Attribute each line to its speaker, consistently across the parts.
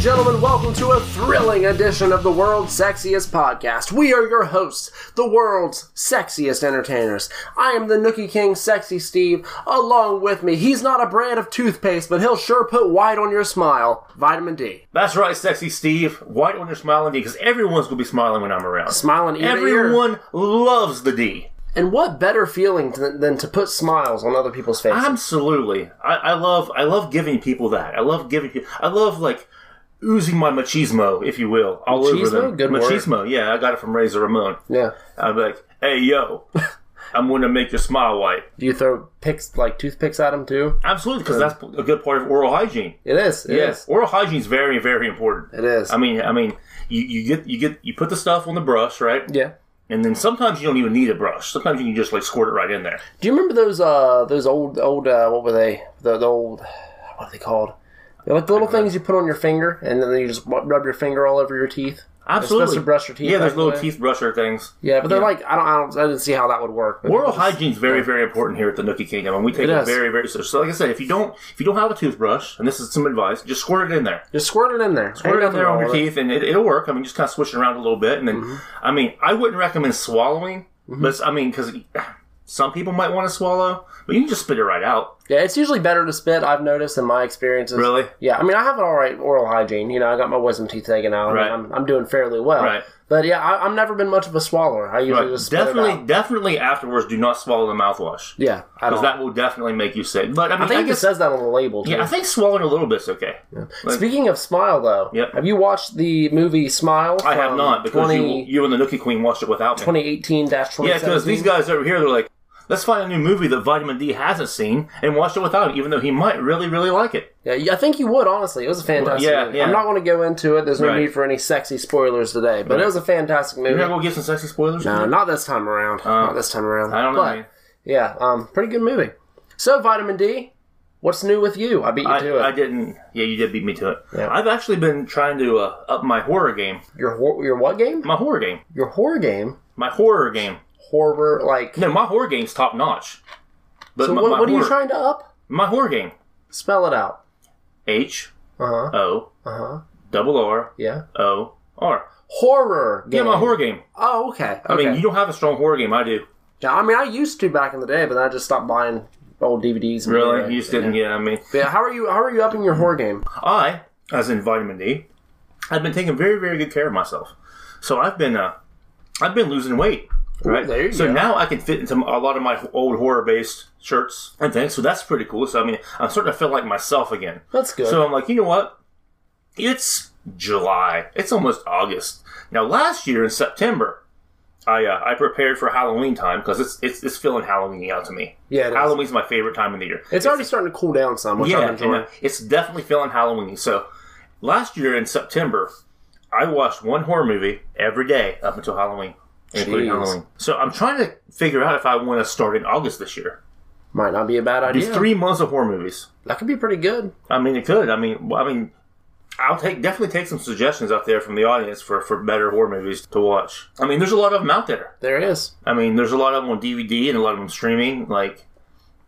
Speaker 1: gentlemen, welcome to a thrilling edition of the world's sexiest podcast. We are your hosts, the world's sexiest entertainers. I am the Nookie King, Sexy Steve. Along with me, he's not a brand of toothpaste, but he'll sure put white on your smile. Vitamin D.
Speaker 2: That's right, sexy Steve. White on your smiling D, because everyone's gonna be smiling when I'm around.
Speaker 1: Smiling ear to ear.
Speaker 2: Everyone loves the D.
Speaker 1: And what better feeling than, than to put smiles on other people's faces?
Speaker 2: Absolutely. I, I love. I love giving people that. I love giving. people. I love like oozing my machismo, if you will, all
Speaker 1: Machismo?
Speaker 2: over them.
Speaker 1: Good word.
Speaker 2: machismo. Yeah, I got it from Razor Ramon.
Speaker 1: yeah.
Speaker 2: I'm like, hey yo, I'm gonna make your smile white.
Speaker 1: Do you throw picks like toothpicks at him too?
Speaker 2: Absolutely, because that's a good part of oral hygiene.
Speaker 1: It is. It
Speaker 2: Yes,
Speaker 1: is.
Speaker 2: oral hygiene is very, very important.
Speaker 1: It is.
Speaker 2: I mean, I mean, you, you get you get you put the stuff on the brush, right?
Speaker 1: yeah.
Speaker 2: And then sometimes you don't even need a brush. Sometimes you can just like squirt it right in there.
Speaker 1: Do you remember those uh those old old uh, what were they the, the old what are they called? They're like the little things you put on your finger, and then you just rub your finger all over your teeth.
Speaker 2: Absolutely,
Speaker 1: supposed to brush your teeth
Speaker 2: Yeah, there's
Speaker 1: back
Speaker 2: little
Speaker 1: then.
Speaker 2: teeth brusher things.
Speaker 1: Yeah, but they're like I don't I don't I didn't see how that would work. But
Speaker 2: Oral hygiene is very, very important here at the Nookie Kingdom, and we take
Speaker 1: It
Speaker 2: it,
Speaker 1: is.
Speaker 2: very, very serious. So, like I said, if you don't, if you don't have a toothbrush, and this is some advice, just squirt it in there.
Speaker 1: just squirt it in there.
Speaker 2: Squirt it
Speaker 1: Ain't
Speaker 2: in there on
Speaker 1: nothing
Speaker 2: your
Speaker 1: wrong with
Speaker 2: teeth, and it, it'll work. I mean, just kind of swish it around a little bit, and then,
Speaker 1: Mm-hmm.
Speaker 2: I mean, I wouldn't recommend swallowing, but I mean, because some people might want to swallow, but you can just spit it right out.
Speaker 1: it. Yeah, it's usually better to spit. I've noticed in my experiences.
Speaker 2: Really?
Speaker 1: Yeah, I mean I have an all right oral hygiene. You know, I got my wisdom teeth taken out.
Speaker 2: Right.
Speaker 1: And I'm I'm doing fairly well.
Speaker 2: Right.
Speaker 1: But yeah, I, I've never been much of a swallower. I usually
Speaker 2: But
Speaker 1: just spit it
Speaker 2: definitely,
Speaker 1: out.
Speaker 2: definitely afterwards, do not swallow the mouthwash
Speaker 1: Yeah, I
Speaker 2: because
Speaker 1: don't.
Speaker 2: that will definitely make you sick. But I mean,
Speaker 1: I think
Speaker 2: I
Speaker 1: it
Speaker 2: guess,
Speaker 1: says that on the label. Too.
Speaker 2: yeah, I think swallowing a little bit's okay. Like-
Speaker 1: Speaking of Smile, though,
Speaker 2: Yep.
Speaker 1: have you watched the movie Smile?
Speaker 2: I have
Speaker 1: from
Speaker 2: not because
Speaker 1: 20
Speaker 2: you, you and the Nookie Queen watched it without me.
Speaker 1: 2018 2017.
Speaker 2: Yeah, because these guys over here, they're like, let's find a new movie that Vitamin D hasn't seen and watch it without him, even though he might really, really like it.
Speaker 1: Yeah, I think you would, honestly. It was a fantastic
Speaker 2: Yeah,
Speaker 1: movie.
Speaker 2: yeah.
Speaker 1: I'm not going to go into it. There's no
Speaker 2: Right.
Speaker 1: need for any sexy spoilers today, but it was a fantastic movie.
Speaker 2: You're not going to get some sexy spoilers?
Speaker 1: No, not this time around. not this time around.
Speaker 2: Uh, I don't know.
Speaker 1: But,
Speaker 2: man.
Speaker 1: yeah, um, pretty good movie. So, Vitamin D, what's new with you? I beat you to it.
Speaker 2: I, I didn't. Yeah, you did beat me to it.
Speaker 1: Yeah.
Speaker 2: I've actually been trying to uh, up my horror game.
Speaker 1: your hor- your what game?
Speaker 2: My horror game.
Speaker 1: Your horror game?
Speaker 2: My horror game.
Speaker 1: Horror, like.
Speaker 2: No, my horror game's top notch. But
Speaker 1: so,
Speaker 2: my,
Speaker 1: what,
Speaker 2: my
Speaker 1: what are you
Speaker 2: horror-
Speaker 1: trying to up?
Speaker 2: My horror game.
Speaker 1: Spell it out.
Speaker 2: H
Speaker 1: Uh huh.
Speaker 2: O
Speaker 1: Uh huh.
Speaker 2: double R
Speaker 1: Yeah.
Speaker 2: O R.
Speaker 1: Horror
Speaker 2: Yeah,
Speaker 1: game.
Speaker 2: my horror game.
Speaker 1: Oh, okay.
Speaker 2: I
Speaker 1: okay.
Speaker 2: mean, you don't have a strong horror game. I do.
Speaker 1: Yeah, I mean, I used to back in the day, but then I just stopped buying old DVDs. And
Speaker 2: Really?
Speaker 1: Blu-ray.
Speaker 2: You just didn't get. I mean,
Speaker 1: But yeah, how are you? How are you upping your horror game?
Speaker 2: I, as in vitamin D, I've been taking very, very good care of myself. So I've been, uh, I've been losing weight. Right.
Speaker 1: there you
Speaker 2: so
Speaker 1: go.
Speaker 2: now I can fit into a lot of my old horror-based shirts and things. So that's pretty cool. So I mean, I'm starting to feel like myself again.
Speaker 1: That's good.
Speaker 2: So I'm like, you know what? It's July. It's almost August. Now, last year in September, I uh, I prepared for Halloween time because it's, it's it's feeling Halloweeny out to me.
Speaker 1: Yeah, it is.
Speaker 2: Halloween's my favorite time of the year.
Speaker 1: it's already starting to cool down some, which I'm
Speaker 2: Yeah,
Speaker 1: enjoying.
Speaker 2: and, uh, it's definitely feeling Halloweeny. So last year in September, I watched one horror movie every day up until Halloween, including
Speaker 1: Jeez.
Speaker 2: Halloween. So I'm trying to figure out if I want to start in August this year.
Speaker 1: Might not be a bad
Speaker 2: These
Speaker 1: idea.
Speaker 2: three months of horror movies.
Speaker 1: that could be pretty good.
Speaker 2: I mean, it could. I mean, well, I mean, I'll take definitely take some suggestions out there from the audience for for better horror movies to watch. I mean, there's a lot of them out there.
Speaker 1: There it is.
Speaker 2: I mean, there's a lot of them on DVD and a lot of them streaming. Like,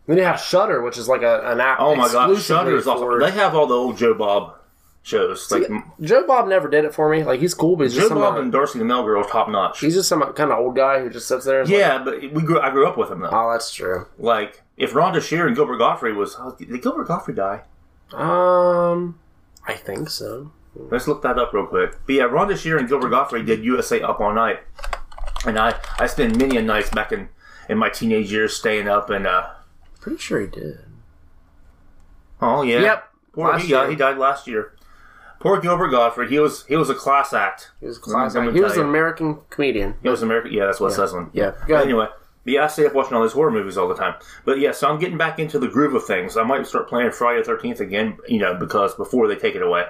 Speaker 1: Then you have Shutter, which is like a, an app.
Speaker 2: oh my god,
Speaker 1: exclusively
Speaker 2: Shudder is awesome.
Speaker 1: for-
Speaker 2: They have all the old Joe Bob shows. Like m-
Speaker 1: Joe Bob never did it for me. Like he's cool, but he's
Speaker 2: Joe
Speaker 1: just some.
Speaker 2: Bob and Darcy the Mel Girl, top notch.
Speaker 1: he's just some kind of old guy who just sits there. And yeah.
Speaker 2: Yeah, but we grew. I grew up with them though.
Speaker 1: oh, that's true.
Speaker 2: Like, if Rhonda Shear and Gilbert Godfrey was, oh, did Gilbert Godfrey die?
Speaker 1: Um, I think so.
Speaker 2: Let's look that up real quick. But yeah, Rhonda Shear and Gilbert Gottfried did USA Up All Night, and I I spent many a nights back in in my teenage years staying up and uh
Speaker 1: Pretty sure he did.
Speaker 2: oh yeah
Speaker 1: Yep.
Speaker 2: poor
Speaker 1: Last
Speaker 2: he, died-
Speaker 1: year.
Speaker 2: he died last year. Poor Gilbert Gottfried, he was he was a class act.
Speaker 1: He was a class
Speaker 2: I'm
Speaker 1: act.
Speaker 2: gonna
Speaker 1: He was
Speaker 2: tell
Speaker 1: an
Speaker 2: you.
Speaker 1: American comedian.
Speaker 2: He was American. Yeah, that's what it says on.
Speaker 1: Yeah. Go
Speaker 2: But
Speaker 1: ahead.
Speaker 2: anyway, but yeah, I stay up watching all these horror movies all the time. But yeah, so I'm getting back into the groove of things. I might start playing Friday the Thirteenth again, you know, because before they take it away,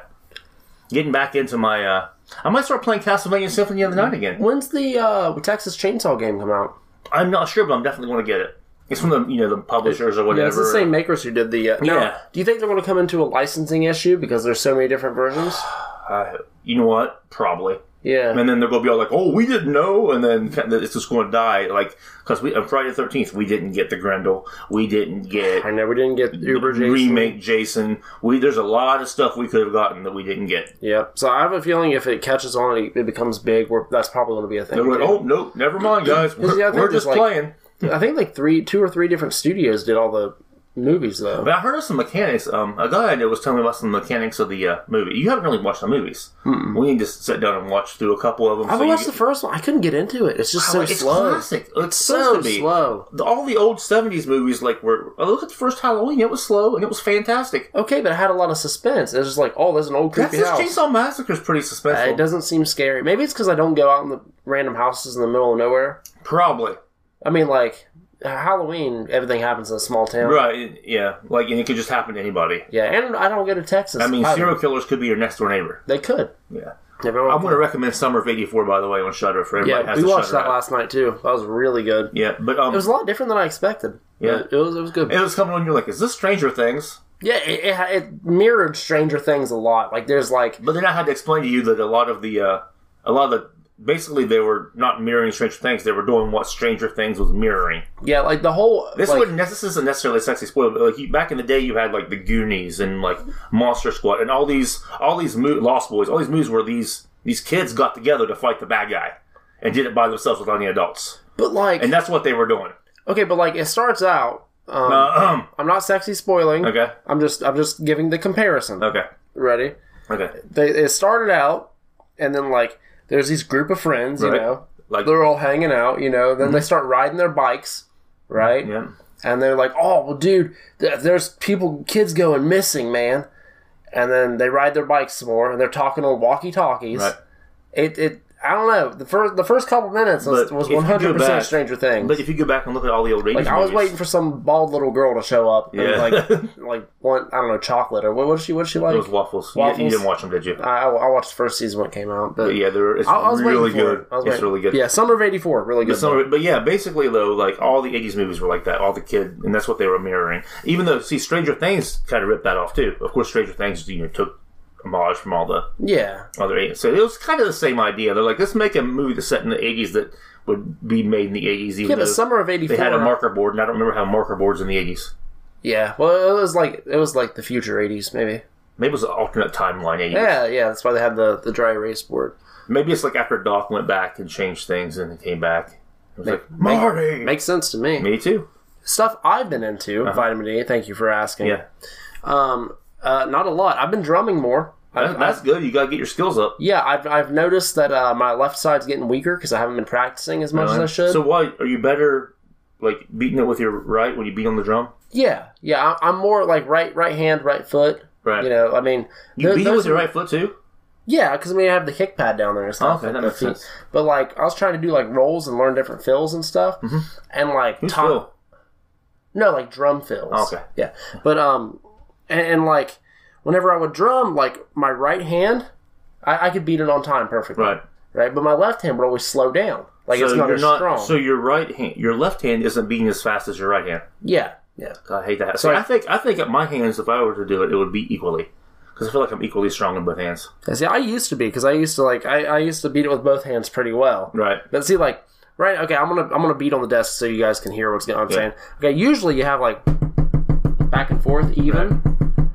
Speaker 2: getting back into my. uh I might start playing Castlevania Symphony of the Night again.
Speaker 1: When's the uh, Texas Chainsaw game come out?
Speaker 2: I'm not sure, but I'm definitely going to get it. It's from the you know the publishers or whatever.
Speaker 1: Yeah, it's the same makers who did the. Uh, now,
Speaker 2: Yeah.
Speaker 1: Do you think they're going to come into a licensing issue because there's so many different versions?
Speaker 2: I- you know what? Probably.
Speaker 1: Yeah.
Speaker 2: and then they're going to be all like, "Oh, we didn't know," and then it's just going to die, like because we on Friday the Thirteenth we didn't get the Grendel, we didn't get
Speaker 1: I know we didn't get Uber Jason.
Speaker 2: remake Jason. We there's a lot of stuff we could have gotten that we didn't get.
Speaker 1: Yep. So I have a feeling if it catches on, and it becomes big. We're, that's probably going to be a thing.
Speaker 2: They're like,
Speaker 1: too.
Speaker 2: "Oh no, never mind, guys. We're,
Speaker 1: the other thing
Speaker 2: we're
Speaker 1: is,
Speaker 2: just
Speaker 1: like-
Speaker 2: playing."
Speaker 1: I think like three, two or three different studios did all the movies though.
Speaker 2: But I heard of some mechanics. Um, a guy I know was telling me about some mechanics of the uh, movie. You haven't really watched the movies. We need to sit down and watch through a couple of them.
Speaker 1: I've
Speaker 2: so you
Speaker 1: watched
Speaker 2: get-
Speaker 1: the first one. I couldn't get into it. It's just so
Speaker 2: it's
Speaker 1: slow.
Speaker 2: classic. It's
Speaker 1: So
Speaker 2: supposed to be.
Speaker 1: slow.
Speaker 2: The- all the old '70s movies, like were oh, look at the first Halloween. It was slow and it was fantastic.
Speaker 1: Okay, but it had a lot of suspense. It's just like, oh, there's an old
Speaker 2: That's
Speaker 1: creepy
Speaker 2: this
Speaker 1: house.
Speaker 2: Chainsaw Massacre is pretty
Speaker 1: Uh,
Speaker 2: suspenseful.
Speaker 1: It doesn't seem scary. Maybe it's because I don't go out in the random houses in the middle of nowhere.
Speaker 2: Probably
Speaker 1: I mean, like Halloween, everything happens in a small town.
Speaker 2: right. Yeah, like and it could just happen to anybody.
Speaker 1: Yeah, and I don't go to Texas.
Speaker 2: I mean,
Speaker 1: either.
Speaker 2: serial killers could be your next door neighbor.
Speaker 1: they could.
Speaker 2: Yeah,
Speaker 1: Everyone
Speaker 2: I'm going to recommend Summer of '84 by the way on Shudder for everybody.
Speaker 1: yeah,
Speaker 2: has
Speaker 1: we
Speaker 2: the
Speaker 1: watched
Speaker 2: Shudder
Speaker 1: that
Speaker 2: app.
Speaker 1: last night too. That was really good.
Speaker 2: Yeah, but um,
Speaker 1: It was a lot different than I expected.
Speaker 2: Yeah.
Speaker 1: it was. It was good.
Speaker 2: it was coming on. You're like, is this Stranger Things?
Speaker 1: Yeah, it, it, ha- it mirrored Stranger Things a lot. Like, there's like,
Speaker 2: But then I had to explain to you that a lot of the, uh, a lot of the, basically they were not mirroring Stranger Things. They were doing what Stranger Things was mirroring.
Speaker 1: yeah, like the whole.
Speaker 2: This
Speaker 1: like,
Speaker 2: wouldn't nec- this isn't necessarily a sexy spoiler, but like you, back in the day, you had like the Goonies and like Monster Squad and all these, all these mo- Lost Boys, all these movies where these these kids got together to fight the bad guy and did it by themselves without any adults,
Speaker 1: but like,
Speaker 2: and that's what they were doing.
Speaker 1: okay, but like, it starts out. Um,
Speaker 2: Uh,
Speaker 1: I'm not sexy spoiling.
Speaker 2: okay,
Speaker 1: I'm just, I'm just giving the comparison.
Speaker 2: okay,
Speaker 1: Ready?
Speaker 2: okay.
Speaker 1: They it started out, and then like, there's these group of friends, you
Speaker 2: Right.
Speaker 1: know,
Speaker 2: Like Mhm.
Speaker 1: they're all hanging out, you know. Then they start riding their bikes, right?
Speaker 2: yeah,
Speaker 1: and they're like, "Oh, well, dude, th- there's people, kids going missing, man." And then they ride their bikes some more, and they're talking on walkie talkies.
Speaker 2: Right.
Speaker 1: It, it, I don't know. The first, the first couple minutes was
Speaker 2: But
Speaker 1: was
Speaker 2: if you go
Speaker 1: one hundred
Speaker 2: back-
Speaker 1: percent Stranger Things.
Speaker 2: but if you go back and look at all the old 80s
Speaker 1: like I was
Speaker 2: movies-
Speaker 1: waiting for some bald little girl to show up, and
Speaker 2: Yeah.
Speaker 1: like, like want I don't know, chocolate or what was she? What she like?
Speaker 2: It was waffles. You, you
Speaker 1: Waffles.
Speaker 2: didn't watch them, did you?
Speaker 1: I, I watched the first season when it came out, but
Speaker 2: But yeah, they're, it's
Speaker 1: I, I was
Speaker 2: really
Speaker 1: waiting for
Speaker 2: good.
Speaker 1: it. I was
Speaker 2: It's
Speaker 1: waiting-
Speaker 2: really good.
Speaker 1: Yeah, summer of '84, really good.
Speaker 2: Some of it, but yeah, basically though, like all the '80s movies were like that. All the kid, and that's what they were mirroring. Even though, see, Stranger Things kind of ripped that off too. Of course, Stranger Things you know took homage from all the
Speaker 1: yeah,
Speaker 2: other '80s. So it was kind of the same idea. They're like, let's make a movie that's set in the '80s that would be made in the '80s. Even
Speaker 1: yeah,
Speaker 2: though
Speaker 1: but summer of '84.
Speaker 2: they had a marker board, and I don't remember how marker boards in the '80s.
Speaker 1: yeah, well, it was like it was like the future '80s, maybe.
Speaker 2: Maybe it was an alternate timeline '80s.
Speaker 1: Yeah, yeah, that's why they had the, the dry erase board.
Speaker 2: Maybe it's like after Doc went back and changed things, and he came back. It was like Marty.
Speaker 1: Makes sense to me.
Speaker 2: Me too.
Speaker 1: Stuff I've been into, vitamin D, thank you for asking.
Speaker 2: Yeah,
Speaker 1: Um, uh, not a lot. I've been drumming more. I've,
Speaker 2: That- that's good. You gotta get your skills up.
Speaker 1: yeah, I've, I've noticed that uh, my left side's getting weaker because I haven't been practicing as much as I should.
Speaker 2: So why are you better like beating it with your right when you beat on the drum?
Speaker 1: yeah, yeah, I, I'm more like right right hand, right foot.
Speaker 2: Right.
Speaker 1: You know, I mean,
Speaker 2: You
Speaker 1: tho-
Speaker 2: beat it with
Speaker 1: those
Speaker 2: your
Speaker 1: are-
Speaker 2: right foot too.
Speaker 1: Yeah, because I mean, I have the kick pad down there and stuff.
Speaker 2: Okay,
Speaker 1: like
Speaker 2: that
Speaker 1: the
Speaker 2: makes
Speaker 1: feet.
Speaker 2: sense.
Speaker 1: But like, I was trying to do like rolls and learn different fills and stuff, and like
Speaker 2: Who's
Speaker 1: top-
Speaker 2: Phil?
Speaker 1: No, like drum fills.
Speaker 2: Okay.
Speaker 1: Yeah. But um and, and like whenever I would drum, like my right hand, I, I could beat it on time perfectly.
Speaker 2: Right.
Speaker 1: Right? But my left hand would always slow down. Like it's
Speaker 2: so
Speaker 1: not
Speaker 2: you're
Speaker 1: as
Speaker 2: not.
Speaker 1: strong.
Speaker 2: So your right hand, your left hand isn't beating as fast as your right hand.
Speaker 1: yeah. Yeah.
Speaker 2: I hate that. So
Speaker 1: Right.
Speaker 2: I think I think at my hands, if I were to do it, it would be equally because I feel like I'm equally strong in both hands.
Speaker 1: See, I used to be because I used to like I, I used to beat it with both hands pretty well.
Speaker 2: Right.
Speaker 1: But see, like, right? Okay, I'm gonna I'm gonna beat on the desk so you guys can hear what's going. I'm saying. Okay, usually you have like back and forth, even,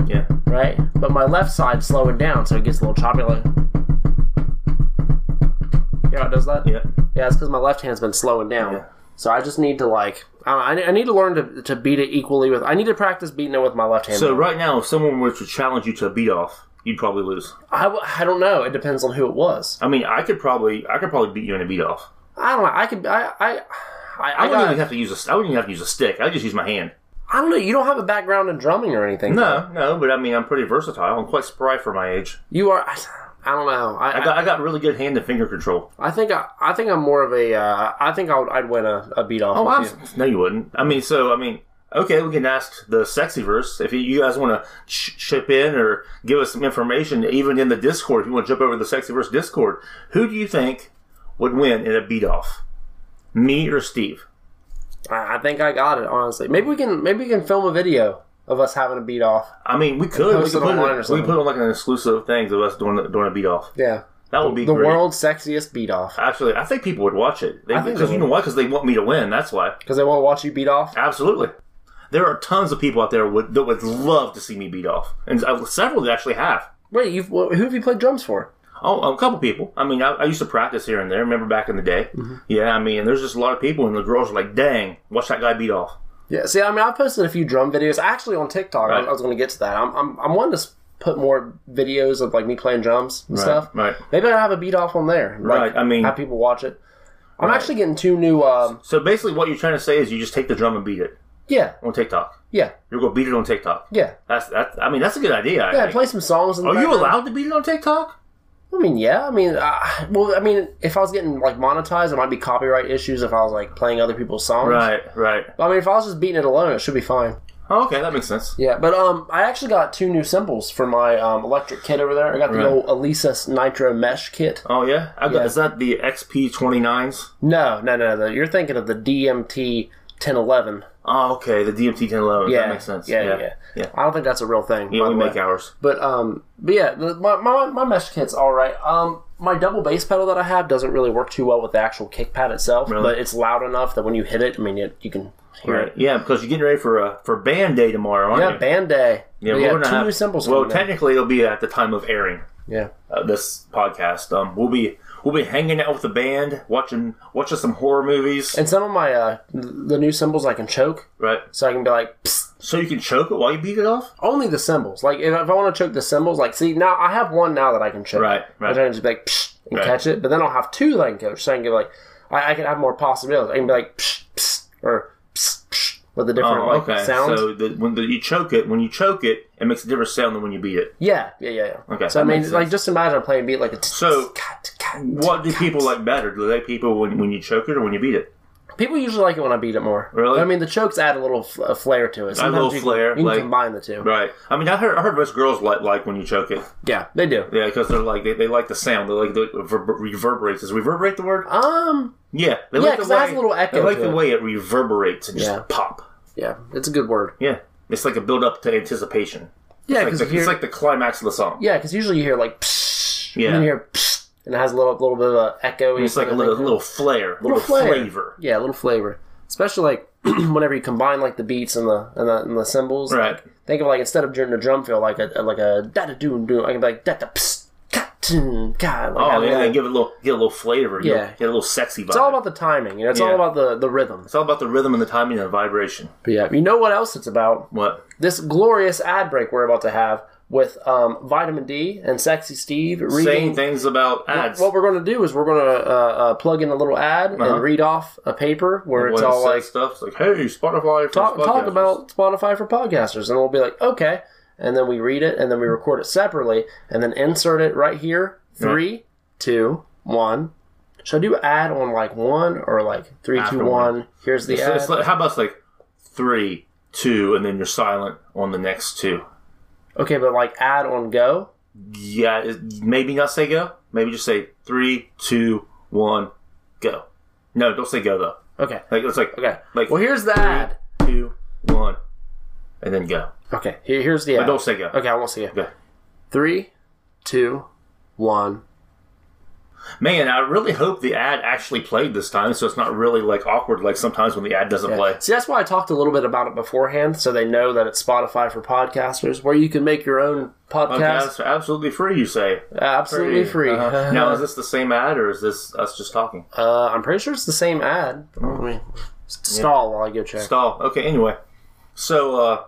Speaker 2: Yeah.
Speaker 1: right? But my left side's slowing down, so it gets a little choppy. Like, yeah, it does that.
Speaker 2: Yeah.
Speaker 1: Yeah, it's because my left hand's been slowing down.
Speaker 2: Yeah.
Speaker 1: So I just need to like I, don't know, I I need to learn to, to beat it equally with. I need to practice beating it with my left hand.
Speaker 2: So right now, if someone were to challenge you to a beat off, you'd probably lose.
Speaker 1: I, w- I don't know. It depends on who it was.
Speaker 2: I mean, I could probably I could probably beat you in a beat off.
Speaker 1: I don't know. I could I I I,
Speaker 2: I
Speaker 1: I,
Speaker 2: wouldn't
Speaker 1: got,
Speaker 2: even have to use a. I wouldn't even have to use a stick. I would just use my hand.
Speaker 1: I don't know. You don't have a background in drumming or anything.
Speaker 2: No, no, but I mean, I'm pretty versatile. I'm quite spry for my age.
Speaker 1: You are. I, I don't know. I
Speaker 2: I
Speaker 1: I,
Speaker 2: got, I got really good hand and finger control.
Speaker 1: I think I, I think I'm more of a. Uh, I think I would, I'd win a, a beat off.
Speaker 2: Oh,
Speaker 1: with
Speaker 2: I'm,
Speaker 1: you.
Speaker 2: no, you wouldn't. I mean, so I mean, okay, we can ask the sexy verse if you guys want to ch- chip in or give us some information, even in the Discord. If you want to jump over to the sexy verse Discord, who do you think would win in a beat off, me or Steve?
Speaker 1: I, I think I got it. Honestly, maybe we can maybe we can film a video of us having a beat off.
Speaker 2: I mean, we could. We
Speaker 1: post
Speaker 2: could
Speaker 1: it
Speaker 2: put, it,
Speaker 1: online or
Speaker 2: we could
Speaker 1: something.
Speaker 2: put on like an exclusive thing of us doing doing a beat off.
Speaker 1: Yeah.
Speaker 2: That would be
Speaker 1: the
Speaker 2: great.
Speaker 1: world's sexiest beat off
Speaker 2: Actually, I think people would watch it.
Speaker 1: I think
Speaker 2: Because
Speaker 1: they
Speaker 2: you know why? Because they want me to win. That's why.
Speaker 1: because they want to watch you beat off.
Speaker 2: Absolutely. There are tons of people out there would, that would love to see me beat off, and uh, several that actually have.
Speaker 1: Wait, you've wh- who have you played drums for?
Speaker 2: Oh, a couple people. I mean, I, I used to practice here and there. Remember back in the day?
Speaker 1: Mm-hmm.
Speaker 2: Yeah, I mean, there's just a lot of people, and the girls are like, "Dang, watch that guy beat off."
Speaker 1: Yeah, see, I mean, I posted a few drum videos actually on TikTok. I,
Speaker 2: Right.
Speaker 1: I was going to get to that. I'm, I'm, I'm wanting to s- put more videos of like me playing drums and stuff.
Speaker 2: right.
Speaker 1: Maybe I have a beat off on there. Like,
Speaker 2: Right, I mean-
Speaker 1: have people watch it. I'm actually getting two new. Um,
Speaker 2: So basically, what you're trying to say is you just take the drum and beat it
Speaker 1: yeah,
Speaker 2: on TikTok.
Speaker 1: yeah,
Speaker 2: You're gonna beat it on TikTok.
Speaker 1: yeah,
Speaker 2: That's that. I mean, that's a good idea. I
Speaker 1: yeah.
Speaker 2: think.
Speaker 1: Play some songs. In the
Speaker 2: Are Oh, you
Speaker 1: background.
Speaker 2: allowed to beat it on TikTok?
Speaker 1: I mean, yeah. I mean, uh, well, I mean, if I was getting like monetized, there might be copyright issues if I was like playing other people's songs.
Speaker 2: Right, right.
Speaker 1: But, I mean, if I was just beating it alone, it should be fine.
Speaker 2: Oh, okay, that makes sense.
Speaker 1: Yeah, but um, I actually got two new cymbals for my um, electric kit over there. I got the
Speaker 2: Right.
Speaker 1: old Elisa's Nitro Mesh kit.
Speaker 2: Oh yeah, I got,
Speaker 1: Yeah.
Speaker 2: is that the XP 29s?
Speaker 1: No, no, no, no. You're thinking of the DMT 1011.
Speaker 2: Oh, okay, the DMT 1011.
Speaker 1: Yeah,
Speaker 2: that makes sense.
Speaker 1: Yeah, yeah,
Speaker 2: yeah,
Speaker 1: yeah.
Speaker 2: yeah.
Speaker 1: I don't think that's a real thing.
Speaker 2: Yeah,
Speaker 1: by
Speaker 2: we
Speaker 1: the way.
Speaker 2: make ours.
Speaker 1: But um, but yeah, the, my, my my mesh kit's all right. Um, my double bass pedal that I have doesn't really work too well with the actual kick pad itself,
Speaker 2: Really?
Speaker 1: but it's loud enough that when you hit it, I mean, it, you can hear
Speaker 2: Right.
Speaker 1: it.
Speaker 2: Yeah, because you're getting ready for uh, for band day tomorrow, aren't
Speaker 1: Yeah,
Speaker 2: you?
Speaker 1: band day.
Speaker 2: yeah,
Speaker 1: we
Speaker 2: we're
Speaker 1: got
Speaker 2: gonna
Speaker 1: two
Speaker 2: have-
Speaker 1: new cymbals.
Speaker 2: Well,
Speaker 1: coming in.
Speaker 2: technically, it'll be at the time of airing
Speaker 1: yeah.
Speaker 2: uh, this podcast. Um, we'll be we'll be hanging out with the band, watching watching some horror movies,
Speaker 1: And some of my uh, the new cymbals I can choke,
Speaker 2: right?
Speaker 1: so I can be like. Psst,
Speaker 2: So you can choke it while you beat it off.
Speaker 1: Only the symbols. Like if, if I want to choke the symbols, like see now I have one now that I can choke.
Speaker 2: Right, right.
Speaker 1: I can just be like psh, and
Speaker 2: Right.
Speaker 1: catch it, but then I'll have two that I can coach, so I can get like I, I can have more possibilities. I can be like psh, psh, or psh, psh, with the different
Speaker 2: Oh,
Speaker 1: like
Speaker 2: okay.
Speaker 1: sounds.
Speaker 2: So the, when the, you choke it, when you choke it, it makes a different sound than when you beat it.
Speaker 1: yeah, yeah, yeah, yeah.
Speaker 2: Okay,
Speaker 1: So I
Speaker 2: that
Speaker 1: mean,
Speaker 2: makes
Speaker 1: like
Speaker 2: sense.
Speaker 1: just imagine I'm playing a beat like a t-
Speaker 2: So,
Speaker 1: t- cat, cat,
Speaker 2: What do
Speaker 1: cat.
Speaker 2: people like better? Do they like people when, when you choke it or when you beat it?
Speaker 1: People usually like it when I beat it more.
Speaker 2: Really?
Speaker 1: I mean, the chokes add a little f- a flair to it. Sometimes
Speaker 2: little
Speaker 1: you, can-
Speaker 2: flair,
Speaker 1: You can
Speaker 2: like-
Speaker 1: combine the two.
Speaker 2: Right. I mean, I heard I heard most girls like like when you choke it.
Speaker 1: Yeah, they do.
Speaker 2: Yeah, because they're like they, they like the sound. They like the reverber- reverberates. Is reverberate the word?
Speaker 1: Um,
Speaker 2: Yeah, they
Speaker 1: Yeah,
Speaker 2: like
Speaker 1: 'cause
Speaker 2: the
Speaker 1: it
Speaker 2: way,
Speaker 1: has a little echo
Speaker 2: They like
Speaker 1: to
Speaker 2: the
Speaker 1: it.
Speaker 2: way it reverberates and just
Speaker 1: Yeah.
Speaker 2: pop.
Speaker 1: yeah, it's a good word.
Speaker 2: Yeah, it's like a build up to anticipation.
Speaker 1: Yeah,
Speaker 2: Like
Speaker 1: because
Speaker 2: the, it's like the climax of the song.
Speaker 1: Yeah, because usually you hear like, psh,
Speaker 2: Yeah.
Speaker 1: and you hear, psh, and it has a little, little bit of a echo.
Speaker 2: It's like a little little flair, little,
Speaker 1: flair.
Speaker 2: flavor.
Speaker 1: yeah, a little flavor. Especially like whenever you combine like the beats and the and the, and the cymbals.
Speaker 2: Right.
Speaker 1: Think of like instead of during a drum fill, like a like a da da doom doom. I can be like da da psst, ka tun ka. Like,
Speaker 2: Oh
Speaker 1: have a
Speaker 2: yeah,
Speaker 1: little-
Speaker 2: they give it a little get a little flavor. you
Speaker 1: Yeah.
Speaker 2: know, get a little sexy vibe.
Speaker 1: it's all about the timing. You know, it's all
Speaker 2: Yeah.
Speaker 1: about the the rhythm.
Speaker 2: it's all about the rhythm and the timing and the vibration.
Speaker 1: But yeah, you know what else it's about?
Speaker 2: What?
Speaker 1: This glorious ad break we're about to have with um, Vitamin D and Sexy Steve reading
Speaker 2: Saying things about ads.
Speaker 1: What we're going to do is we're going to uh, uh, plug in a little ad
Speaker 2: Uh-huh.
Speaker 1: and read off a paper where it's
Speaker 2: When it
Speaker 1: all
Speaker 2: says
Speaker 1: like
Speaker 2: stuff it's like, "Hey, Spotify for
Speaker 1: talk, talk
Speaker 2: podcasters."
Speaker 1: about Spotify for podcasters, and we'll be like, okay, and then we read it, and then we record it separately, and then insert it right here. Three, two, one. Should I do ad on like one or like three, two, one?
Speaker 2: After one.
Speaker 1: Here's the
Speaker 2: It's-
Speaker 1: ad.
Speaker 2: it's like- how about it's like three, two, and then you're silent on the next two.
Speaker 1: okay, but like ad on go.
Speaker 2: Yeah, it- maybe not say go. Maybe just say three, two, one, go. No, don't say go though.
Speaker 1: Okay,
Speaker 2: Like it's like
Speaker 1: okay.
Speaker 2: like
Speaker 1: well, here's the ad.
Speaker 2: two, one, and then go.
Speaker 1: Okay, here, here's the ad.
Speaker 2: But don't say go.
Speaker 1: okay, I won't see it.
Speaker 2: Okay.
Speaker 1: Three, two, one.
Speaker 2: Man, I really hope the ad actually played this time, so it's not really like awkward like sometimes when the ad doesn't play.
Speaker 1: See, that's why I talked a little bit about it beforehand, so they know that it's Spotify for podcasters, where you can make your own podcast
Speaker 2: Podcasts are absolutely free, you say.
Speaker 1: absolutely free.
Speaker 2: Uh-huh.
Speaker 1: Uh,
Speaker 2: now, is this the same ad or is this us just talking?
Speaker 1: I'm pretty sure it's the same ad. Let
Speaker 2: Mm-hmm.
Speaker 1: me s- stall while I go check.
Speaker 2: Stall. Okay, anyway. So, uh,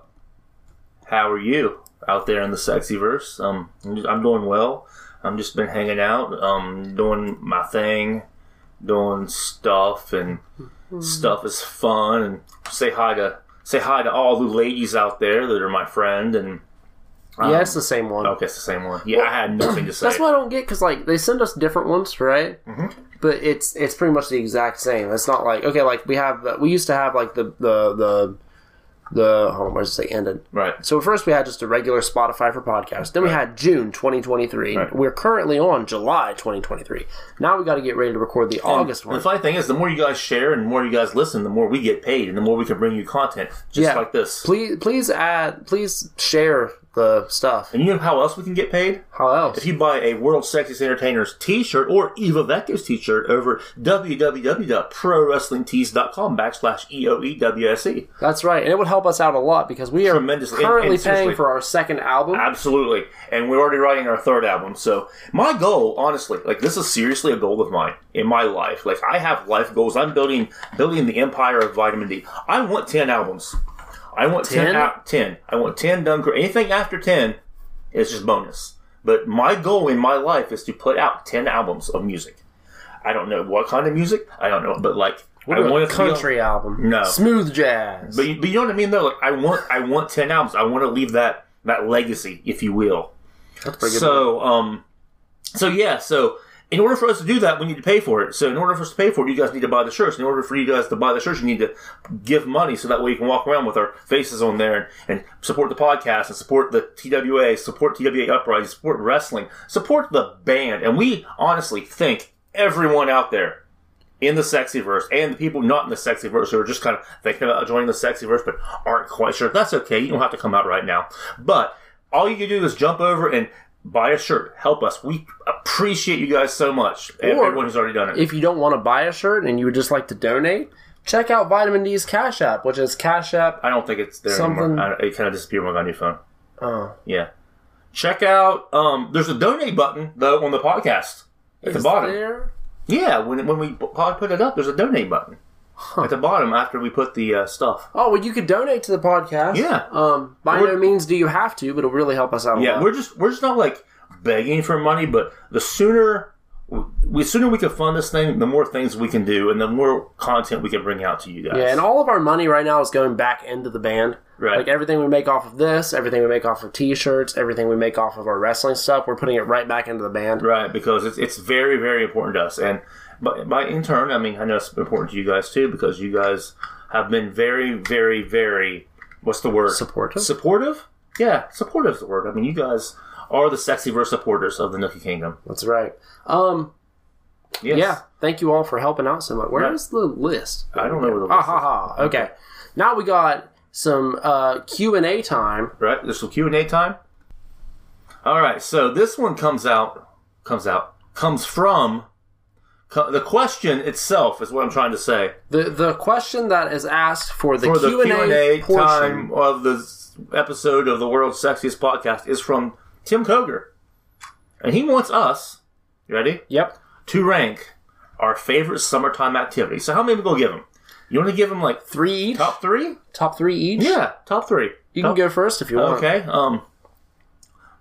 Speaker 2: how are you out there in the sexy verse? Um, I'm just- I'm doing well. I'm just been hanging out, um, doing my thing, doing stuff, and
Speaker 1: Mm-hmm.
Speaker 2: stuff is fun. And say hi to say hi to all the ladies out there that are my friend. And um,
Speaker 1: yeah, it's the same one.
Speaker 2: okay, it's the same one. Yeah, I had nothing to say.
Speaker 1: That's what I don't get because like they send us different ones, right?
Speaker 2: Mm-hmm.
Speaker 1: But it's it's pretty much the exact same. It's not like okay, like we have we used to have like the the the the hold on, where's it say ended?
Speaker 2: right.
Speaker 1: So first we had just a regular Spotify for podcasts. Then we had June 2023.
Speaker 2: Right.
Speaker 1: We're currently on July 2023. Now we got to get ready to record the August
Speaker 2: And
Speaker 1: one.
Speaker 2: the funny thing is, the more you guys share and the more you guys listen, the more we get paid, and the more we can bring you content just
Speaker 1: Yeah.
Speaker 2: like this.
Speaker 1: Please, please add, please share the stuff.
Speaker 2: And you know how else we can get paid?
Speaker 1: How else?
Speaker 2: If you buy a World Sexiest Entertainers t-shirt or Eva Vecchio's t-shirt over www.prowrestlingtees.com backslash E EOEWSE.
Speaker 1: That's right, and it would help us out a lot because we are
Speaker 2: Tremendously, and-
Speaker 1: currently
Speaker 2: and seriously-
Speaker 1: paying for our second album.
Speaker 2: Absolutely. And we're already writing our third album. So my goal, honestly, like this is seriously a goal of mine in my life. Like I have life goals. I'm building building the empire of vitamin D. I want ten albums. I want ten
Speaker 1: 10?
Speaker 2: out ten. I want ten done correct. Anything after ten is just bonus. But my goal in my life is to put out ten albums of music. I don't know what kind of music. I don't know, but like
Speaker 1: What
Speaker 2: I
Speaker 1: about
Speaker 2: want
Speaker 1: a
Speaker 2: it to be-
Speaker 1: country album.
Speaker 2: No.
Speaker 1: smooth jazz.
Speaker 2: but you, but you know what I mean though. Like I want I want ten albums. I want to leave that that legacy, if you will.
Speaker 1: That's pretty good.
Speaker 2: So, um, so yeah, so in order for us to do that, we need to pay for it. So in order for us to pay for it, you guys need to buy the shirts. In order for you guys to buy the shirts, you need to give money so that way you can walk around with our faces on there and, and support the podcast and support the TWA, support TWA Uprising, support wrestling, support the band. And we honestly think everyone out there in the sexy verse and the people not in the sexy verse who are just kind of thinking about joining the sexy verse but aren't quite sure. That's okay. You don't have to come out right now. But all you can do is jump over and buy a shirt. Help us. We appreciate you guys so much. And
Speaker 1: Or-
Speaker 2: Everyone who's already done it.
Speaker 1: if you don't want to buy a shirt and you would just like to donate, check out Vitamin D's Cash App, which is Cash App.
Speaker 2: I don't think it's there
Speaker 1: Something-
Speaker 2: anymore. I, it kind of disappeared when I got a new phone.
Speaker 1: Oh,
Speaker 2: Yeah. Check out. Um, there's a donate button though on the podcast at the
Speaker 1: is
Speaker 2: bottom.
Speaker 1: there?
Speaker 2: Yeah, when when we p- put it up, there's a donate button at the bottom after we put the uh, stuff.
Speaker 1: Oh, well, you could donate to the podcast.
Speaker 2: Yeah.
Speaker 1: Um, by
Speaker 2: We're-
Speaker 1: no means do you have to, but it'll really help us out. a
Speaker 2: Yeah,
Speaker 1: lot.
Speaker 2: we're just we're just not like begging for money, but the sooner we sooner we can fund this thing, the more things we can do, and the more content we can bring out to you guys.
Speaker 1: Yeah, and all of our money right now is going back into the band.
Speaker 2: Right.
Speaker 1: Like everything we make off of this, everything we make off of t-shirts, everything we make off of our wrestling stuff, we're putting it right back into the band.
Speaker 2: right, because it's it's very very important to us, and by, by in turn, I mean I know it's important to you guys too, because you guys have been very very very what's the word
Speaker 1: Supportive?
Speaker 2: supportive. Yeah, supportive is the word. I mean, you guys are the sexy verse supporters of the Nookie Kingdom.
Speaker 1: That's right. Um,
Speaker 2: Yes.
Speaker 1: yeah, thank you all for helping out so much. Where is
Speaker 2: Right.
Speaker 1: the list?
Speaker 2: I don't know where the
Speaker 1: Ah
Speaker 2: list
Speaker 1: ha
Speaker 2: is.
Speaker 1: ha. Okay. Now we got some uh, Q and A time.
Speaker 2: right? This will Q and A time. All right, so this one comes out, comes out, comes from co- the question itself is what I'm trying to say
Speaker 1: The the question that is asked for the
Speaker 2: for the
Speaker 1: Q and A portion.
Speaker 2: time of the s- episode of the world's sexiest podcast is from Tim Koger, and he wants us you ready
Speaker 1: Yep.
Speaker 2: to rank our favorite summertime activity. So how many we gonna give him? You want to give him like
Speaker 1: Three each. Top,
Speaker 2: top three?
Speaker 1: three each.
Speaker 2: Yeah, top three.
Speaker 1: You can go first if you want.
Speaker 2: Okay. Um,